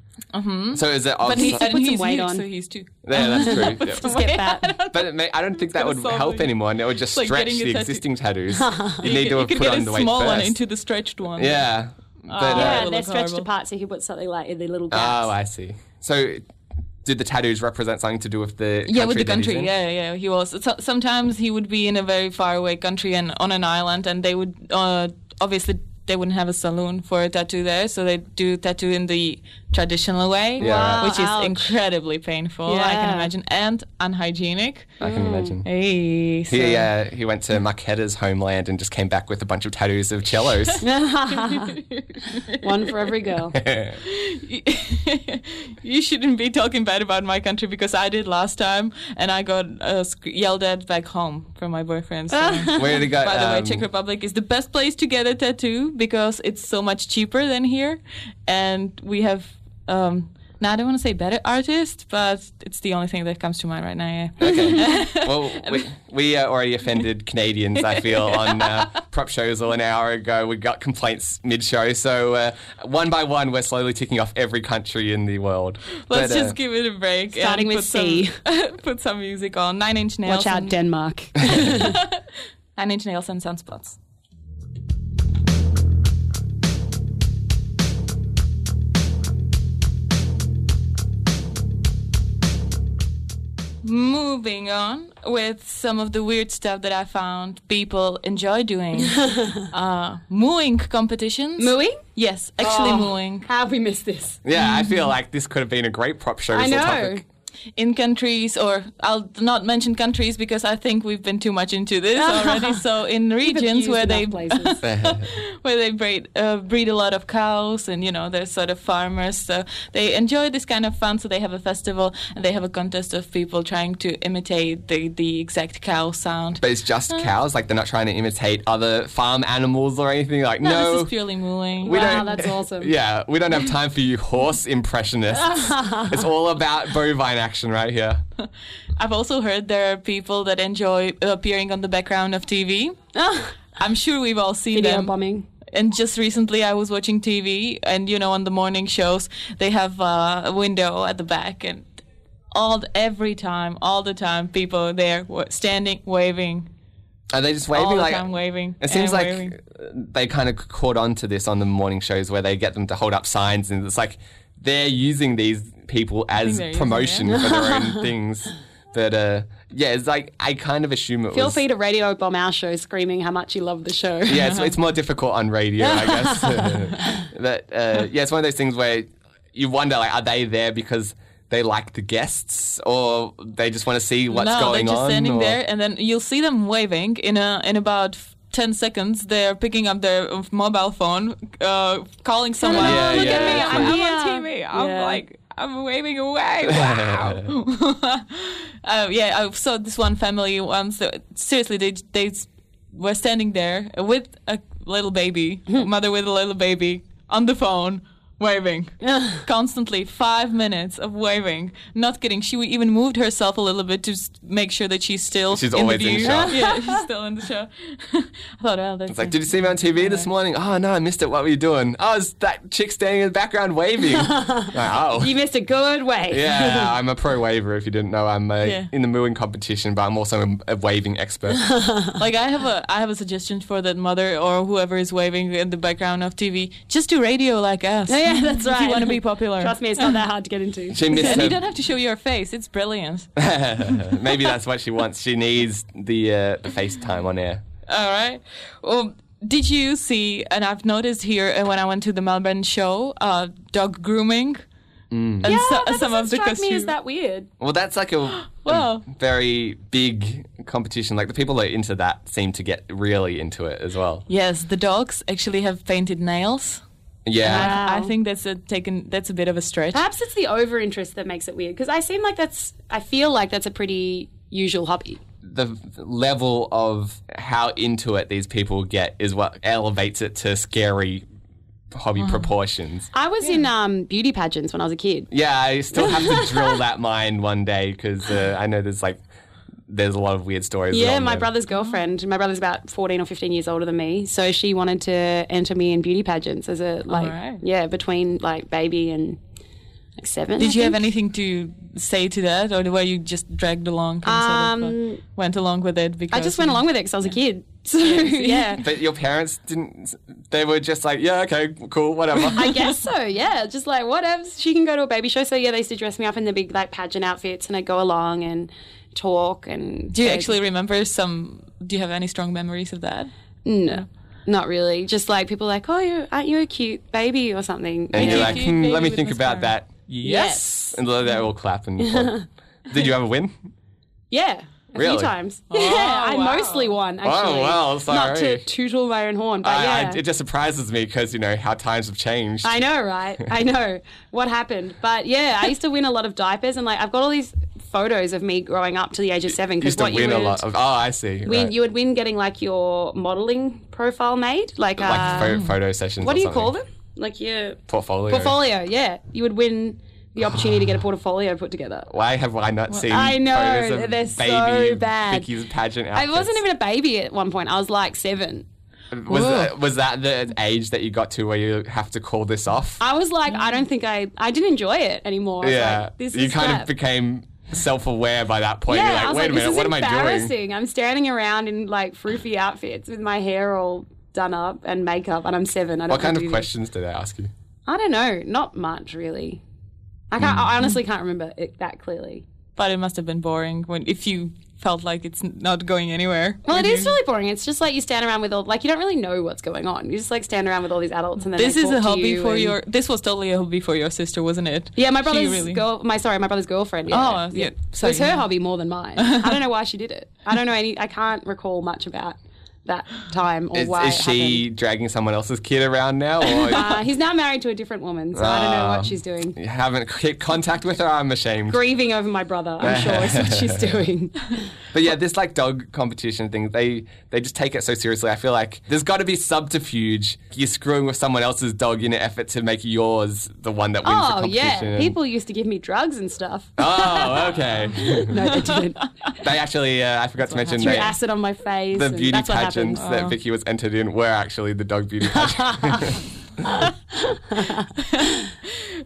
[SPEAKER 2] So is it?
[SPEAKER 1] Um, mm-hmm.
[SPEAKER 2] Of,
[SPEAKER 1] but he,
[SPEAKER 2] yeah,
[SPEAKER 1] and
[SPEAKER 3] some
[SPEAKER 1] he's
[SPEAKER 3] weight
[SPEAKER 1] huge,
[SPEAKER 3] on.
[SPEAKER 1] so he's too
[SPEAKER 2] that's true. yeah.
[SPEAKER 3] Just get that.
[SPEAKER 2] But it may, I don't think that would
[SPEAKER 1] gotta solve
[SPEAKER 2] help
[SPEAKER 1] it.
[SPEAKER 2] anymore. And it would just
[SPEAKER 1] like
[SPEAKER 2] stretch
[SPEAKER 1] getting a
[SPEAKER 2] the
[SPEAKER 1] tattoo.
[SPEAKER 2] existing tattoos. you need
[SPEAKER 1] you,
[SPEAKER 2] to
[SPEAKER 1] could-
[SPEAKER 2] have
[SPEAKER 1] you could
[SPEAKER 2] put
[SPEAKER 1] get
[SPEAKER 2] on
[SPEAKER 1] a
[SPEAKER 2] the weight
[SPEAKER 1] small
[SPEAKER 2] first.
[SPEAKER 1] one into the stretched one
[SPEAKER 2] yeah, but
[SPEAKER 1] Oh.
[SPEAKER 2] uh,
[SPEAKER 1] That
[SPEAKER 3] Yeah,
[SPEAKER 1] would
[SPEAKER 3] they're
[SPEAKER 1] look
[SPEAKER 3] stretched
[SPEAKER 1] horrible.
[SPEAKER 3] apart, so he put something like in the little gaps.
[SPEAKER 2] oh, I see. So did the tattoos represent something to do with the
[SPEAKER 1] yeah, with the
[SPEAKER 2] that he's
[SPEAKER 1] country.
[SPEAKER 2] in?
[SPEAKER 1] Yeah, yeah, he was. So, sometimes he would be in a very faraway country and on an island, and they would uh, obviously they wouldn't have a saloon for a tattoo there, so they do tattoo in the traditional way,
[SPEAKER 2] Yeah, right. Wow,
[SPEAKER 1] which
[SPEAKER 3] ouch.
[SPEAKER 1] is incredibly painful. I can
[SPEAKER 3] Yeah.
[SPEAKER 1] imagine and unhygienic.
[SPEAKER 2] I can imagine.
[SPEAKER 1] Hey, Mm. so-
[SPEAKER 2] He uh, he went to Marquetta's homeland and just came back with a bunch of tattoos of cellos.
[SPEAKER 3] One for every girl.
[SPEAKER 1] you shouldn't be talking bad about my country because I did last time, and I got uh, sc- yelled at back home from my boyfriend. So.
[SPEAKER 2] Where did he go?
[SPEAKER 1] By the way,
[SPEAKER 2] um,
[SPEAKER 1] Czech Republic is the best place to get a tattoo because it's so much cheaper than here, and we have. Um, now I don't want to say better artist, but it's the only thing that comes to mind right now. Yeah.
[SPEAKER 2] Okay. well, we, we uh, already offended Canadians, I feel, on uh, prop shows all an hour ago. We got complaints mid show. So, uh, one by one, we're slowly ticking off every country in the world.
[SPEAKER 1] Let's
[SPEAKER 2] But, uh,
[SPEAKER 1] just give it a break. and
[SPEAKER 3] starting with
[SPEAKER 1] put
[SPEAKER 3] C.
[SPEAKER 1] Some, put some music on. Nine Inch Nails.
[SPEAKER 3] Watch out,
[SPEAKER 1] and-
[SPEAKER 3] Denmark.
[SPEAKER 1] Nine Inch Nails and Sunspots. Moving on with some of the weird stuff that I found people enjoy doing. uh, mooing competitions.
[SPEAKER 3] Mooing?
[SPEAKER 1] Yes, actually
[SPEAKER 3] Oh.
[SPEAKER 1] mooing.
[SPEAKER 3] How have we missed this?
[SPEAKER 2] Yeah, I feel like this could have been a great prop show.
[SPEAKER 3] I
[SPEAKER 2] as a
[SPEAKER 3] know.
[SPEAKER 2] Topic.
[SPEAKER 1] in countries or I'll not mention countries because I think we've been too much into this already. So in regions
[SPEAKER 3] Used
[SPEAKER 1] where
[SPEAKER 3] enough
[SPEAKER 1] they
[SPEAKER 3] places.
[SPEAKER 1] where they breed uh, breed a lot of cows and you know they're sort of farmers, so they enjoy this kind of fun. So they have a festival and they have a contest of people trying to imitate the the exact cow sound.
[SPEAKER 2] But it's just cows. Like, they're not trying to imitate other farm animals or anything. Like, no.
[SPEAKER 1] This is purely mooing.
[SPEAKER 2] we
[SPEAKER 3] Wow,
[SPEAKER 2] don't-
[SPEAKER 3] that's awesome.
[SPEAKER 2] Yeah, we don't have time for you horse impressionists. it's all about bovine action right here.
[SPEAKER 1] I've also heard there are people that enjoy appearing on the background of TV. I'm sure we've all seen
[SPEAKER 3] Video
[SPEAKER 1] them.
[SPEAKER 3] bombing.
[SPEAKER 1] and just recently I was watching TV and you know on the morning shows they have uh, a window at the back and all every time all the time people there were standing waving
[SPEAKER 2] Are they just waving?
[SPEAKER 1] all the
[SPEAKER 2] like,
[SPEAKER 1] time waving
[SPEAKER 2] It seems
[SPEAKER 1] and
[SPEAKER 2] like
[SPEAKER 1] waving.
[SPEAKER 2] uh, they kind of caught on to this on the morning shows where they get them to hold up signs, and it's like they're using these people as
[SPEAKER 1] they're using
[SPEAKER 2] promotion for their own things. But uh, yeah, it's like I kind of assume it
[SPEAKER 3] Feel
[SPEAKER 2] was.
[SPEAKER 3] free to radio bomb our show screaming how much you love the show.
[SPEAKER 2] yeah, it's, it's more difficult on radio, I guess. but uh, yeah, it's one of those things where you wonder, like, are they there because they like the guests, or they just want to see what's
[SPEAKER 1] no
[SPEAKER 2] going
[SPEAKER 1] they're just
[SPEAKER 2] on?
[SPEAKER 1] standing
[SPEAKER 2] or-
[SPEAKER 1] there and then you'll see them waving in a in about f- 10 seconds they're picking up their uh, mobile phone uh, calling someone
[SPEAKER 2] Yeah,
[SPEAKER 1] look
[SPEAKER 2] yeah,
[SPEAKER 1] at me
[SPEAKER 2] that's
[SPEAKER 1] I'm,
[SPEAKER 3] right.
[SPEAKER 1] I'm on TV I'm
[SPEAKER 3] Yeah.
[SPEAKER 1] like I'm waving away wow Uh, yeah, I saw this one family once. That, seriously, they they were standing there with a little baby, a mother with a little baby, on the phone, waving constantly. Five minutes of waving. Not kidding. She even moved herself a little bit to s- make sure that she's still
[SPEAKER 2] She's
[SPEAKER 1] in
[SPEAKER 2] always
[SPEAKER 1] the
[SPEAKER 2] in
[SPEAKER 1] view.
[SPEAKER 2] shot.
[SPEAKER 1] yeah, she's still in the show. I thought, oh, that's
[SPEAKER 2] It's like, did you see me on TV this morning? Oh no, I missed it. What were you doing? Oh, it's that chick standing in the background waving. Like, oh.
[SPEAKER 3] You missed a good wave.
[SPEAKER 2] Yeah, I'm a pro waver. If you didn't know, I'm uh
[SPEAKER 1] Yeah.
[SPEAKER 2] in the mooing competition, but I'm also a, a waving expert.
[SPEAKER 1] Like I have a I have a suggestion for that mother or whoever is waving in the background of TV. Just do radio like us.
[SPEAKER 3] Yeah, that's
[SPEAKER 1] If you
[SPEAKER 3] right.
[SPEAKER 1] want to be popular.
[SPEAKER 3] Trust me, it's not that hard to get into.
[SPEAKER 2] She missed
[SPEAKER 1] And you
[SPEAKER 2] her.
[SPEAKER 1] don't have to show your face. It's brilliant.
[SPEAKER 2] Maybe that's what she wants. She needs the uh, the FaceTime on air.
[SPEAKER 1] All right. Well, did you see? And I've noticed here uh, when I went to the Melbourne show, uh, dog grooming. And
[SPEAKER 3] Yeah,
[SPEAKER 1] so-
[SPEAKER 3] that
[SPEAKER 1] some
[SPEAKER 3] doesn't
[SPEAKER 1] of the
[SPEAKER 3] strike me
[SPEAKER 1] costumes.
[SPEAKER 3] as that weird.
[SPEAKER 2] Well, that's like a,
[SPEAKER 1] Wow.
[SPEAKER 2] a very big competition. Like the people that are into that seem to get really into it as well.
[SPEAKER 1] yes, the dogs actually have painted nails.
[SPEAKER 2] Yeah.
[SPEAKER 3] Wow. Ah,
[SPEAKER 1] I think that's a taken. That's a bit of a stretch.
[SPEAKER 3] Perhaps it's the over interest that makes it weird because I seem like that's. I feel like that's a pretty usual hobby.
[SPEAKER 2] The level of how into it these people get is what elevates it to scary hobby proportions.
[SPEAKER 3] I was in um, beauty pageants when I was a kid.
[SPEAKER 2] Yeah, I still have to drill that mine one day because uh, I know there's like there's a lot of weird stories.
[SPEAKER 3] Yeah,
[SPEAKER 2] around
[SPEAKER 3] my
[SPEAKER 2] them.
[SPEAKER 3] brother's girlfriend. My brother's about fourteen or fifteen years older than me, so she wanted to enter me in beauty pageants as a like,
[SPEAKER 1] Alright.
[SPEAKER 3] yeah, between like baby and like seven.
[SPEAKER 1] Did
[SPEAKER 3] I
[SPEAKER 1] you have
[SPEAKER 3] think.
[SPEAKER 1] anything to say to that, or were you just dragged along and sort of uh, went along with it? Because
[SPEAKER 3] Um, I just went along with it because I was a kid. So yeah,
[SPEAKER 2] But your parents didn't. They were just like, yeah, okay, cool, whatever.
[SPEAKER 3] I guess so. Yeah, just like whatevs. She can go to a baby show. So yeah, they used to dress me up in the big like pageant outfits, and I'd go along and talk and.
[SPEAKER 1] Do you actually remember some? Do you have any strong memories of that?
[SPEAKER 3] No. Not really. Just like people like, oh, you aren't you a cute baby or something?
[SPEAKER 2] and
[SPEAKER 3] You
[SPEAKER 2] you're
[SPEAKER 3] know?
[SPEAKER 2] like,
[SPEAKER 1] Cute
[SPEAKER 2] hmm,
[SPEAKER 1] baby
[SPEAKER 2] let me
[SPEAKER 1] with
[SPEAKER 2] think about
[SPEAKER 1] mascara.
[SPEAKER 2] that. Yes. And they all clap and. applaud. Did you ever win?
[SPEAKER 3] Yeah. A
[SPEAKER 2] Really? Oh,
[SPEAKER 3] few times. yeah, I
[SPEAKER 1] wow.
[SPEAKER 3] mostly won, actually.
[SPEAKER 2] wow,
[SPEAKER 3] Not
[SPEAKER 2] sorry.
[SPEAKER 3] to tootle my own horn, but
[SPEAKER 2] I,
[SPEAKER 3] yeah.
[SPEAKER 2] I, it just surprises me because you know how times have changed.
[SPEAKER 3] I know, right? I know what happened. But yeah, I used to win a lot of diapers and like I've got all these photos of me growing up to the age of seven
[SPEAKER 2] You used
[SPEAKER 3] because
[SPEAKER 2] to
[SPEAKER 3] what
[SPEAKER 2] win
[SPEAKER 3] you
[SPEAKER 2] a
[SPEAKER 3] would,
[SPEAKER 2] lot. Of, oh, I see.
[SPEAKER 3] win,
[SPEAKER 2] right.
[SPEAKER 3] you would win getting like your modeling profile made. Like,
[SPEAKER 2] like
[SPEAKER 3] uh,
[SPEAKER 2] photo, photo sessions.
[SPEAKER 3] what
[SPEAKER 2] or
[SPEAKER 3] do you
[SPEAKER 2] something.
[SPEAKER 3] call them? Like your
[SPEAKER 2] Portfolio.
[SPEAKER 3] portfolio, yeah. You would win the opportunity to get a portfolio put together.
[SPEAKER 2] Why have I not seen?
[SPEAKER 3] I know,
[SPEAKER 2] Photos of
[SPEAKER 3] they're
[SPEAKER 2] baby
[SPEAKER 3] so bad.
[SPEAKER 2] Vicky's pageant
[SPEAKER 3] I
[SPEAKER 2] outfits.
[SPEAKER 3] wasn't even a baby at one point. I was like seven.
[SPEAKER 2] Was that, was that the age that you got to where you have to call this off?
[SPEAKER 3] I was like, I don't think I, I didn't enjoy it anymore. I was
[SPEAKER 2] yeah.
[SPEAKER 3] like, this
[SPEAKER 2] you
[SPEAKER 3] is
[SPEAKER 2] kind
[SPEAKER 3] crap.
[SPEAKER 2] of became self-aware by that point.
[SPEAKER 3] yeah,
[SPEAKER 2] You're like,
[SPEAKER 3] I was
[SPEAKER 2] wait
[SPEAKER 3] like,
[SPEAKER 2] a
[SPEAKER 3] this
[SPEAKER 2] minute,
[SPEAKER 3] is
[SPEAKER 2] what am I doing?
[SPEAKER 3] embarrassing. I'm standing around in like froofy outfits with my hair all done up and makeup, and I'm seven. I don't
[SPEAKER 2] What kind of
[SPEAKER 3] do this.
[SPEAKER 2] questions did they ask you?
[SPEAKER 3] I don't know. Not much really. I can't. I honestly can't remember it that clearly.
[SPEAKER 1] But it must have been boring when if you felt like it's n- not going anywhere.
[SPEAKER 3] Well, it
[SPEAKER 1] Would
[SPEAKER 3] is
[SPEAKER 1] you-
[SPEAKER 3] really boring. It's just like you stand around with all like you don't really know what's going on. You just like stand around with all these adults, and then
[SPEAKER 1] This
[SPEAKER 3] they
[SPEAKER 1] is
[SPEAKER 3] talk
[SPEAKER 1] a
[SPEAKER 3] to
[SPEAKER 1] hobby
[SPEAKER 3] you
[SPEAKER 1] for
[SPEAKER 3] and-
[SPEAKER 1] your. This was totally a hobby for your sister, wasn't it?
[SPEAKER 3] Yeah, my
[SPEAKER 1] She
[SPEAKER 3] brother's
[SPEAKER 1] really-
[SPEAKER 3] girl. My sorry, my brother's girlfriend.
[SPEAKER 1] Oh, yeah.
[SPEAKER 3] So
[SPEAKER 1] Sorry,
[SPEAKER 3] it was her
[SPEAKER 1] yeah.
[SPEAKER 3] hobby more than mine. I don't know why she did it. I don't know any. I can't recall much about that time or
[SPEAKER 2] Is,
[SPEAKER 3] why.
[SPEAKER 2] is
[SPEAKER 3] it
[SPEAKER 2] she
[SPEAKER 3] happened.
[SPEAKER 2] dragging someone else's kid around now, or
[SPEAKER 3] Uh, he's now married to a different woman, so I don't know
[SPEAKER 2] Ah.
[SPEAKER 3] what she's doing.
[SPEAKER 2] you haven't hit contact with her? I'm ashamed.
[SPEAKER 3] Grieving over my brother, I'm sure is what she's doing.
[SPEAKER 2] But yeah, this like dog competition thing, they they just take it so seriously. I feel like there's got to be subterfuge. You're screwing with someone else's dog in an effort to make yours the one that wins the
[SPEAKER 3] Oh
[SPEAKER 2] competition.
[SPEAKER 3] yeah,
[SPEAKER 2] and-
[SPEAKER 3] people used to give me drugs and stuff.
[SPEAKER 2] Oh, okay.
[SPEAKER 3] No, they didn't.
[SPEAKER 2] they actually, uh, I forgot to mention
[SPEAKER 3] Threw
[SPEAKER 2] that
[SPEAKER 3] acid on my face.
[SPEAKER 2] the
[SPEAKER 3] and
[SPEAKER 2] beauty
[SPEAKER 3] that's what
[SPEAKER 2] pageants
[SPEAKER 3] happened. Oh.
[SPEAKER 2] that Vicky was entered in were actually the dog beauty pageant.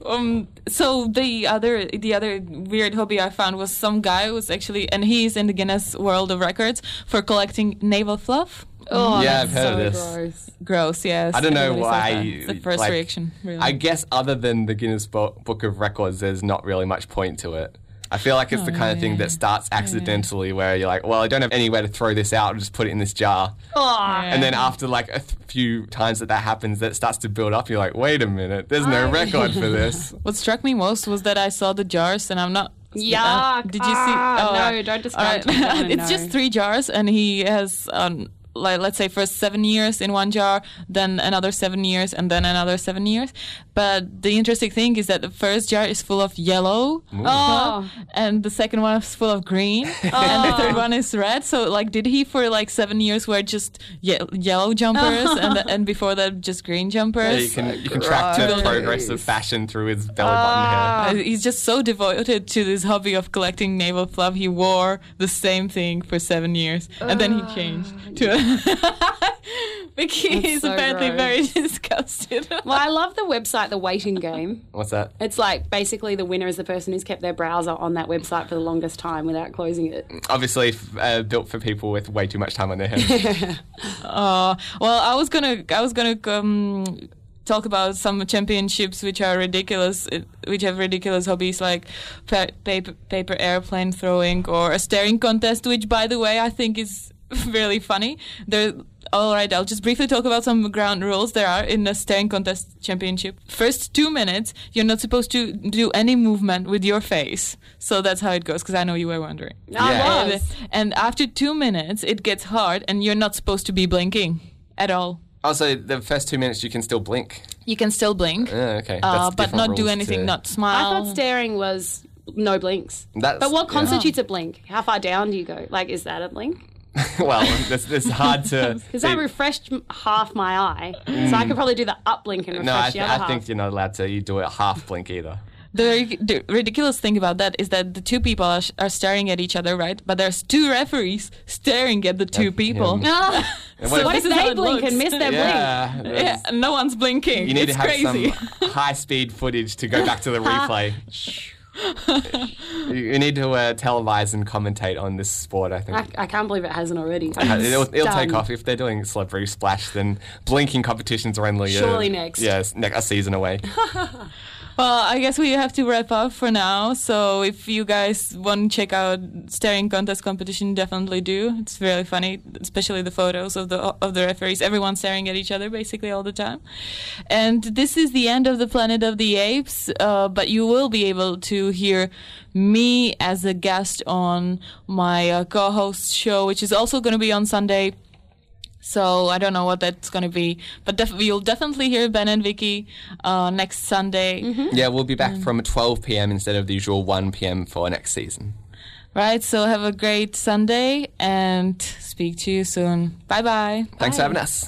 [SPEAKER 1] Um, so the other the other weird hobby I found was some guy who was actually and he's in the Guinness World of Records for collecting naval fluff.
[SPEAKER 3] Oh,
[SPEAKER 2] Yeah,
[SPEAKER 3] that's
[SPEAKER 2] I've heard of
[SPEAKER 3] so
[SPEAKER 2] this.
[SPEAKER 3] gross.
[SPEAKER 1] Gross, yes.
[SPEAKER 2] I don't know
[SPEAKER 1] Everybody says
[SPEAKER 2] why.
[SPEAKER 1] that. It's the first
[SPEAKER 2] like,
[SPEAKER 1] reaction. Really.
[SPEAKER 2] I guess other than the Guinness Bo- Book of Records, there's not really much point to it. I feel like
[SPEAKER 3] Oh,
[SPEAKER 2] it's the kind of thing that starts accidentally, where you're like, "Well, I don't have anywhere to throw this out. I'll just put it in this jar."
[SPEAKER 3] Oh,
[SPEAKER 2] And then after like a th- few times that that happens, that starts to build up. You're like, "Wait a minute, there's no record for this."
[SPEAKER 1] What struck me most was that I saw the jars and I'm not. uh,
[SPEAKER 3] Yuck.
[SPEAKER 1] did you see?
[SPEAKER 3] Ah, no,
[SPEAKER 1] alright.
[SPEAKER 3] don't describe
[SPEAKER 1] Alright.
[SPEAKER 3] to me. I wanna
[SPEAKER 1] it's
[SPEAKER 3] know.
[SPEAKER 1] just three jars, and he has, um, like, let's say first seven years in one jar, then another seven years, and then another seven years. But the interesting thing is that the first jar is full of yellow,
[SPEAKER 3] Oh.
[SPEAKER 1] and the second one is full of green, and the third one is red. So, like, did he for like seven years wear just ye- yellow jumpers, and the, and before that just green
[SPEAKER 2] Yeah,
[SPEAKER 1] jumpers?
[SPEAKER 2] you can you can track the
[SPEAKER 1] gross.
[SPEAKER 2] progress of fashion through his belly button hair.
[SPEAKER 1] Uh, He's just so devoted to this hobby of collecting naval fluff. He wore the same thing for seven years, and then he changed to. Vicky is
[SPEAKER 3] Uh. so
[SPEAKER 1] apparently
[SPEAKER 3] gross.
[SPEAKER 1] very disgusted.
[SPEAKER 3] Well, I love the website, The Waiting Game.
[SPEAKER 2] What's that?
[SPEAKER 3] It's like basically the winner is the person who's kept their browser on that website for the longest time without closing it.
[SPEAKER 2] Obviously, f- uh, built for people with way too much time on their hands.
[SPEAKER 1] Uh, well, I was gonna, I was gonna um, talk about some championships which are ridiculous, uh, which have ridiculous hobbies like pa- paper, paper airplane throwing or a staring contest, which, by the way, I think is really funny. There, All right, I'll just briefly talk about some ground rules there are in the staring contest championship. First two minutes, you're not supposed to do any movement with your face. So that's how it goes, because I know you were wondering.
[SPEAKER 2] Yeah.
[SPEAKER 3] I
[SPEAKER 1] And,
[SPEAKER 3] was.
[SPEAKER 1] and after two minutes, it gets hard, and you're not supposed to be blinking at all.
[SPEAKER 2] Also, Oh, the first two minutes you can still blink.
[SPEAKER 1] You can still blink,
[SPEAKER 2] Yeah, okay.
[SPEAKER 1] uh,
[SPEAKER 2] That's
[SPEAKER 1] but
[SPEAKER 2] different
[SPEAKER 1] not do
[SPEAKER 2] rules
[SPEAKER 1] anything,
[SPEAKER 2] to-
[SPEAKER 1] not
[SPEAKER 3] I
[SPEAKER 1] smile.
[SPEAKER 3] thought staring was no blinks.
[SPEAKER 2] That's-
[SPEAKER 3] but what
[SPEAKER 2] yeah.
[SPEAKER 3] constitutes a blink? How far down do you go? Like, is that a blink?
[SPEAKER 2] well, it's, it's hard to.
[SPEAKER 3] Because that refreshed m- half my eye, so I could probably do the up blink and refresh
[SPEAKER 2] Mm. no, I,
[SPEAKER 3] the
[SPEAKER 2] th-
[SPEAKER 3] other
[SPEAKER 2] I think
[SPEAKER 3] half.
[SPEAKER 2] you're not allowed to. You do it half blink either.
[SPEAKER 1] The, the ridiculous thing about that is that the two people are, are staring at each other, right? But there's two referees staring at the two people.
[SPEAKER 2] yeah.
[SPEAKER 3] Ah,
[SPEAKER 2] what if-
[SPEAKER 3] what if
[SPEAKER 1] This is how
[SPEAKER 3] they
[SPEAKER 1] it
[SPEAKER 3] blink
[SPEAKER 1] looks.
[SPEAKER 3] and miss their
[SPEAKER 2] Yeah,
[SPEAKER 1] Yeah,
[SPEAKER 2] that's-
[SPEAKER 1] no one's blinking.
[SPEAKER 2] You need
[SPEAKER 1] it's
[SPEAKER 2] to have
[SPEAKER 1] crazy.
[SPEAKER 2] some high speed footage to go back to the replay. you, you need to uh, televise and commentate on this sport, I think.
[SPEAKER 3] blink? I, I can't believe it hasn't already.
[SPEAKER 2] Uh, It'll, it'll take
[SPEAKER 3] Done.
[SPEAKER 2] off if they're doing celebrity splash. Then blinking competitions are only uh,
[SPEAKER 3] Surely next.
[SPEAKER 2] Yeah, it's ne- a season away.
[SPEAKER 1] Well, I guess we have to wrap up for now. So if you guys want to check out staring contest competition, definitely do. It's really funny, especially the photos of the of the referees. Everyone staring at each other basically all the time. And this is the end of the Planet of the Apes. Uh, but you will be able to hear me as a guest on my uh, co-host show, which is also going to be on Sunday. So I don't know what that's going to be, but def- you'll definitely hear Ben and Vicky uh, next Sunday.
[SPEAKER 2] yeah, we'll be back from 12 p.m. instead of the usual 1 p.m. for next season.
[SPEAKER 1] Right, so have a great Sunday and speak to you soon. Bye bye.
[SPEAKER 2] Thanks for having us.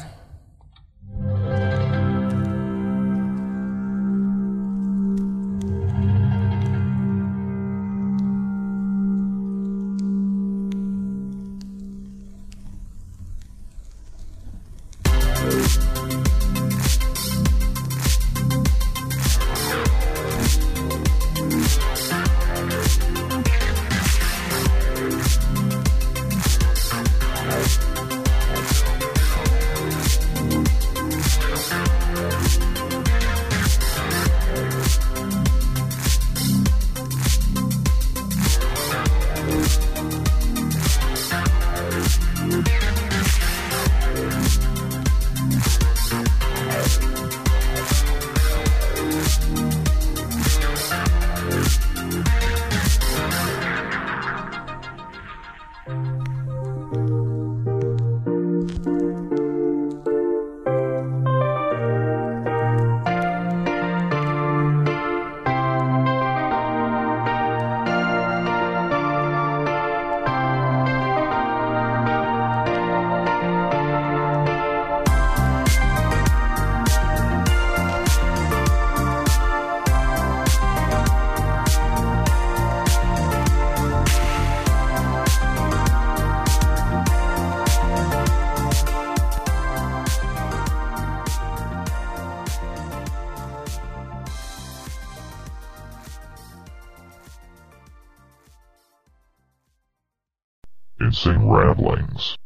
[SPEAKER 4] Insane Ramblings.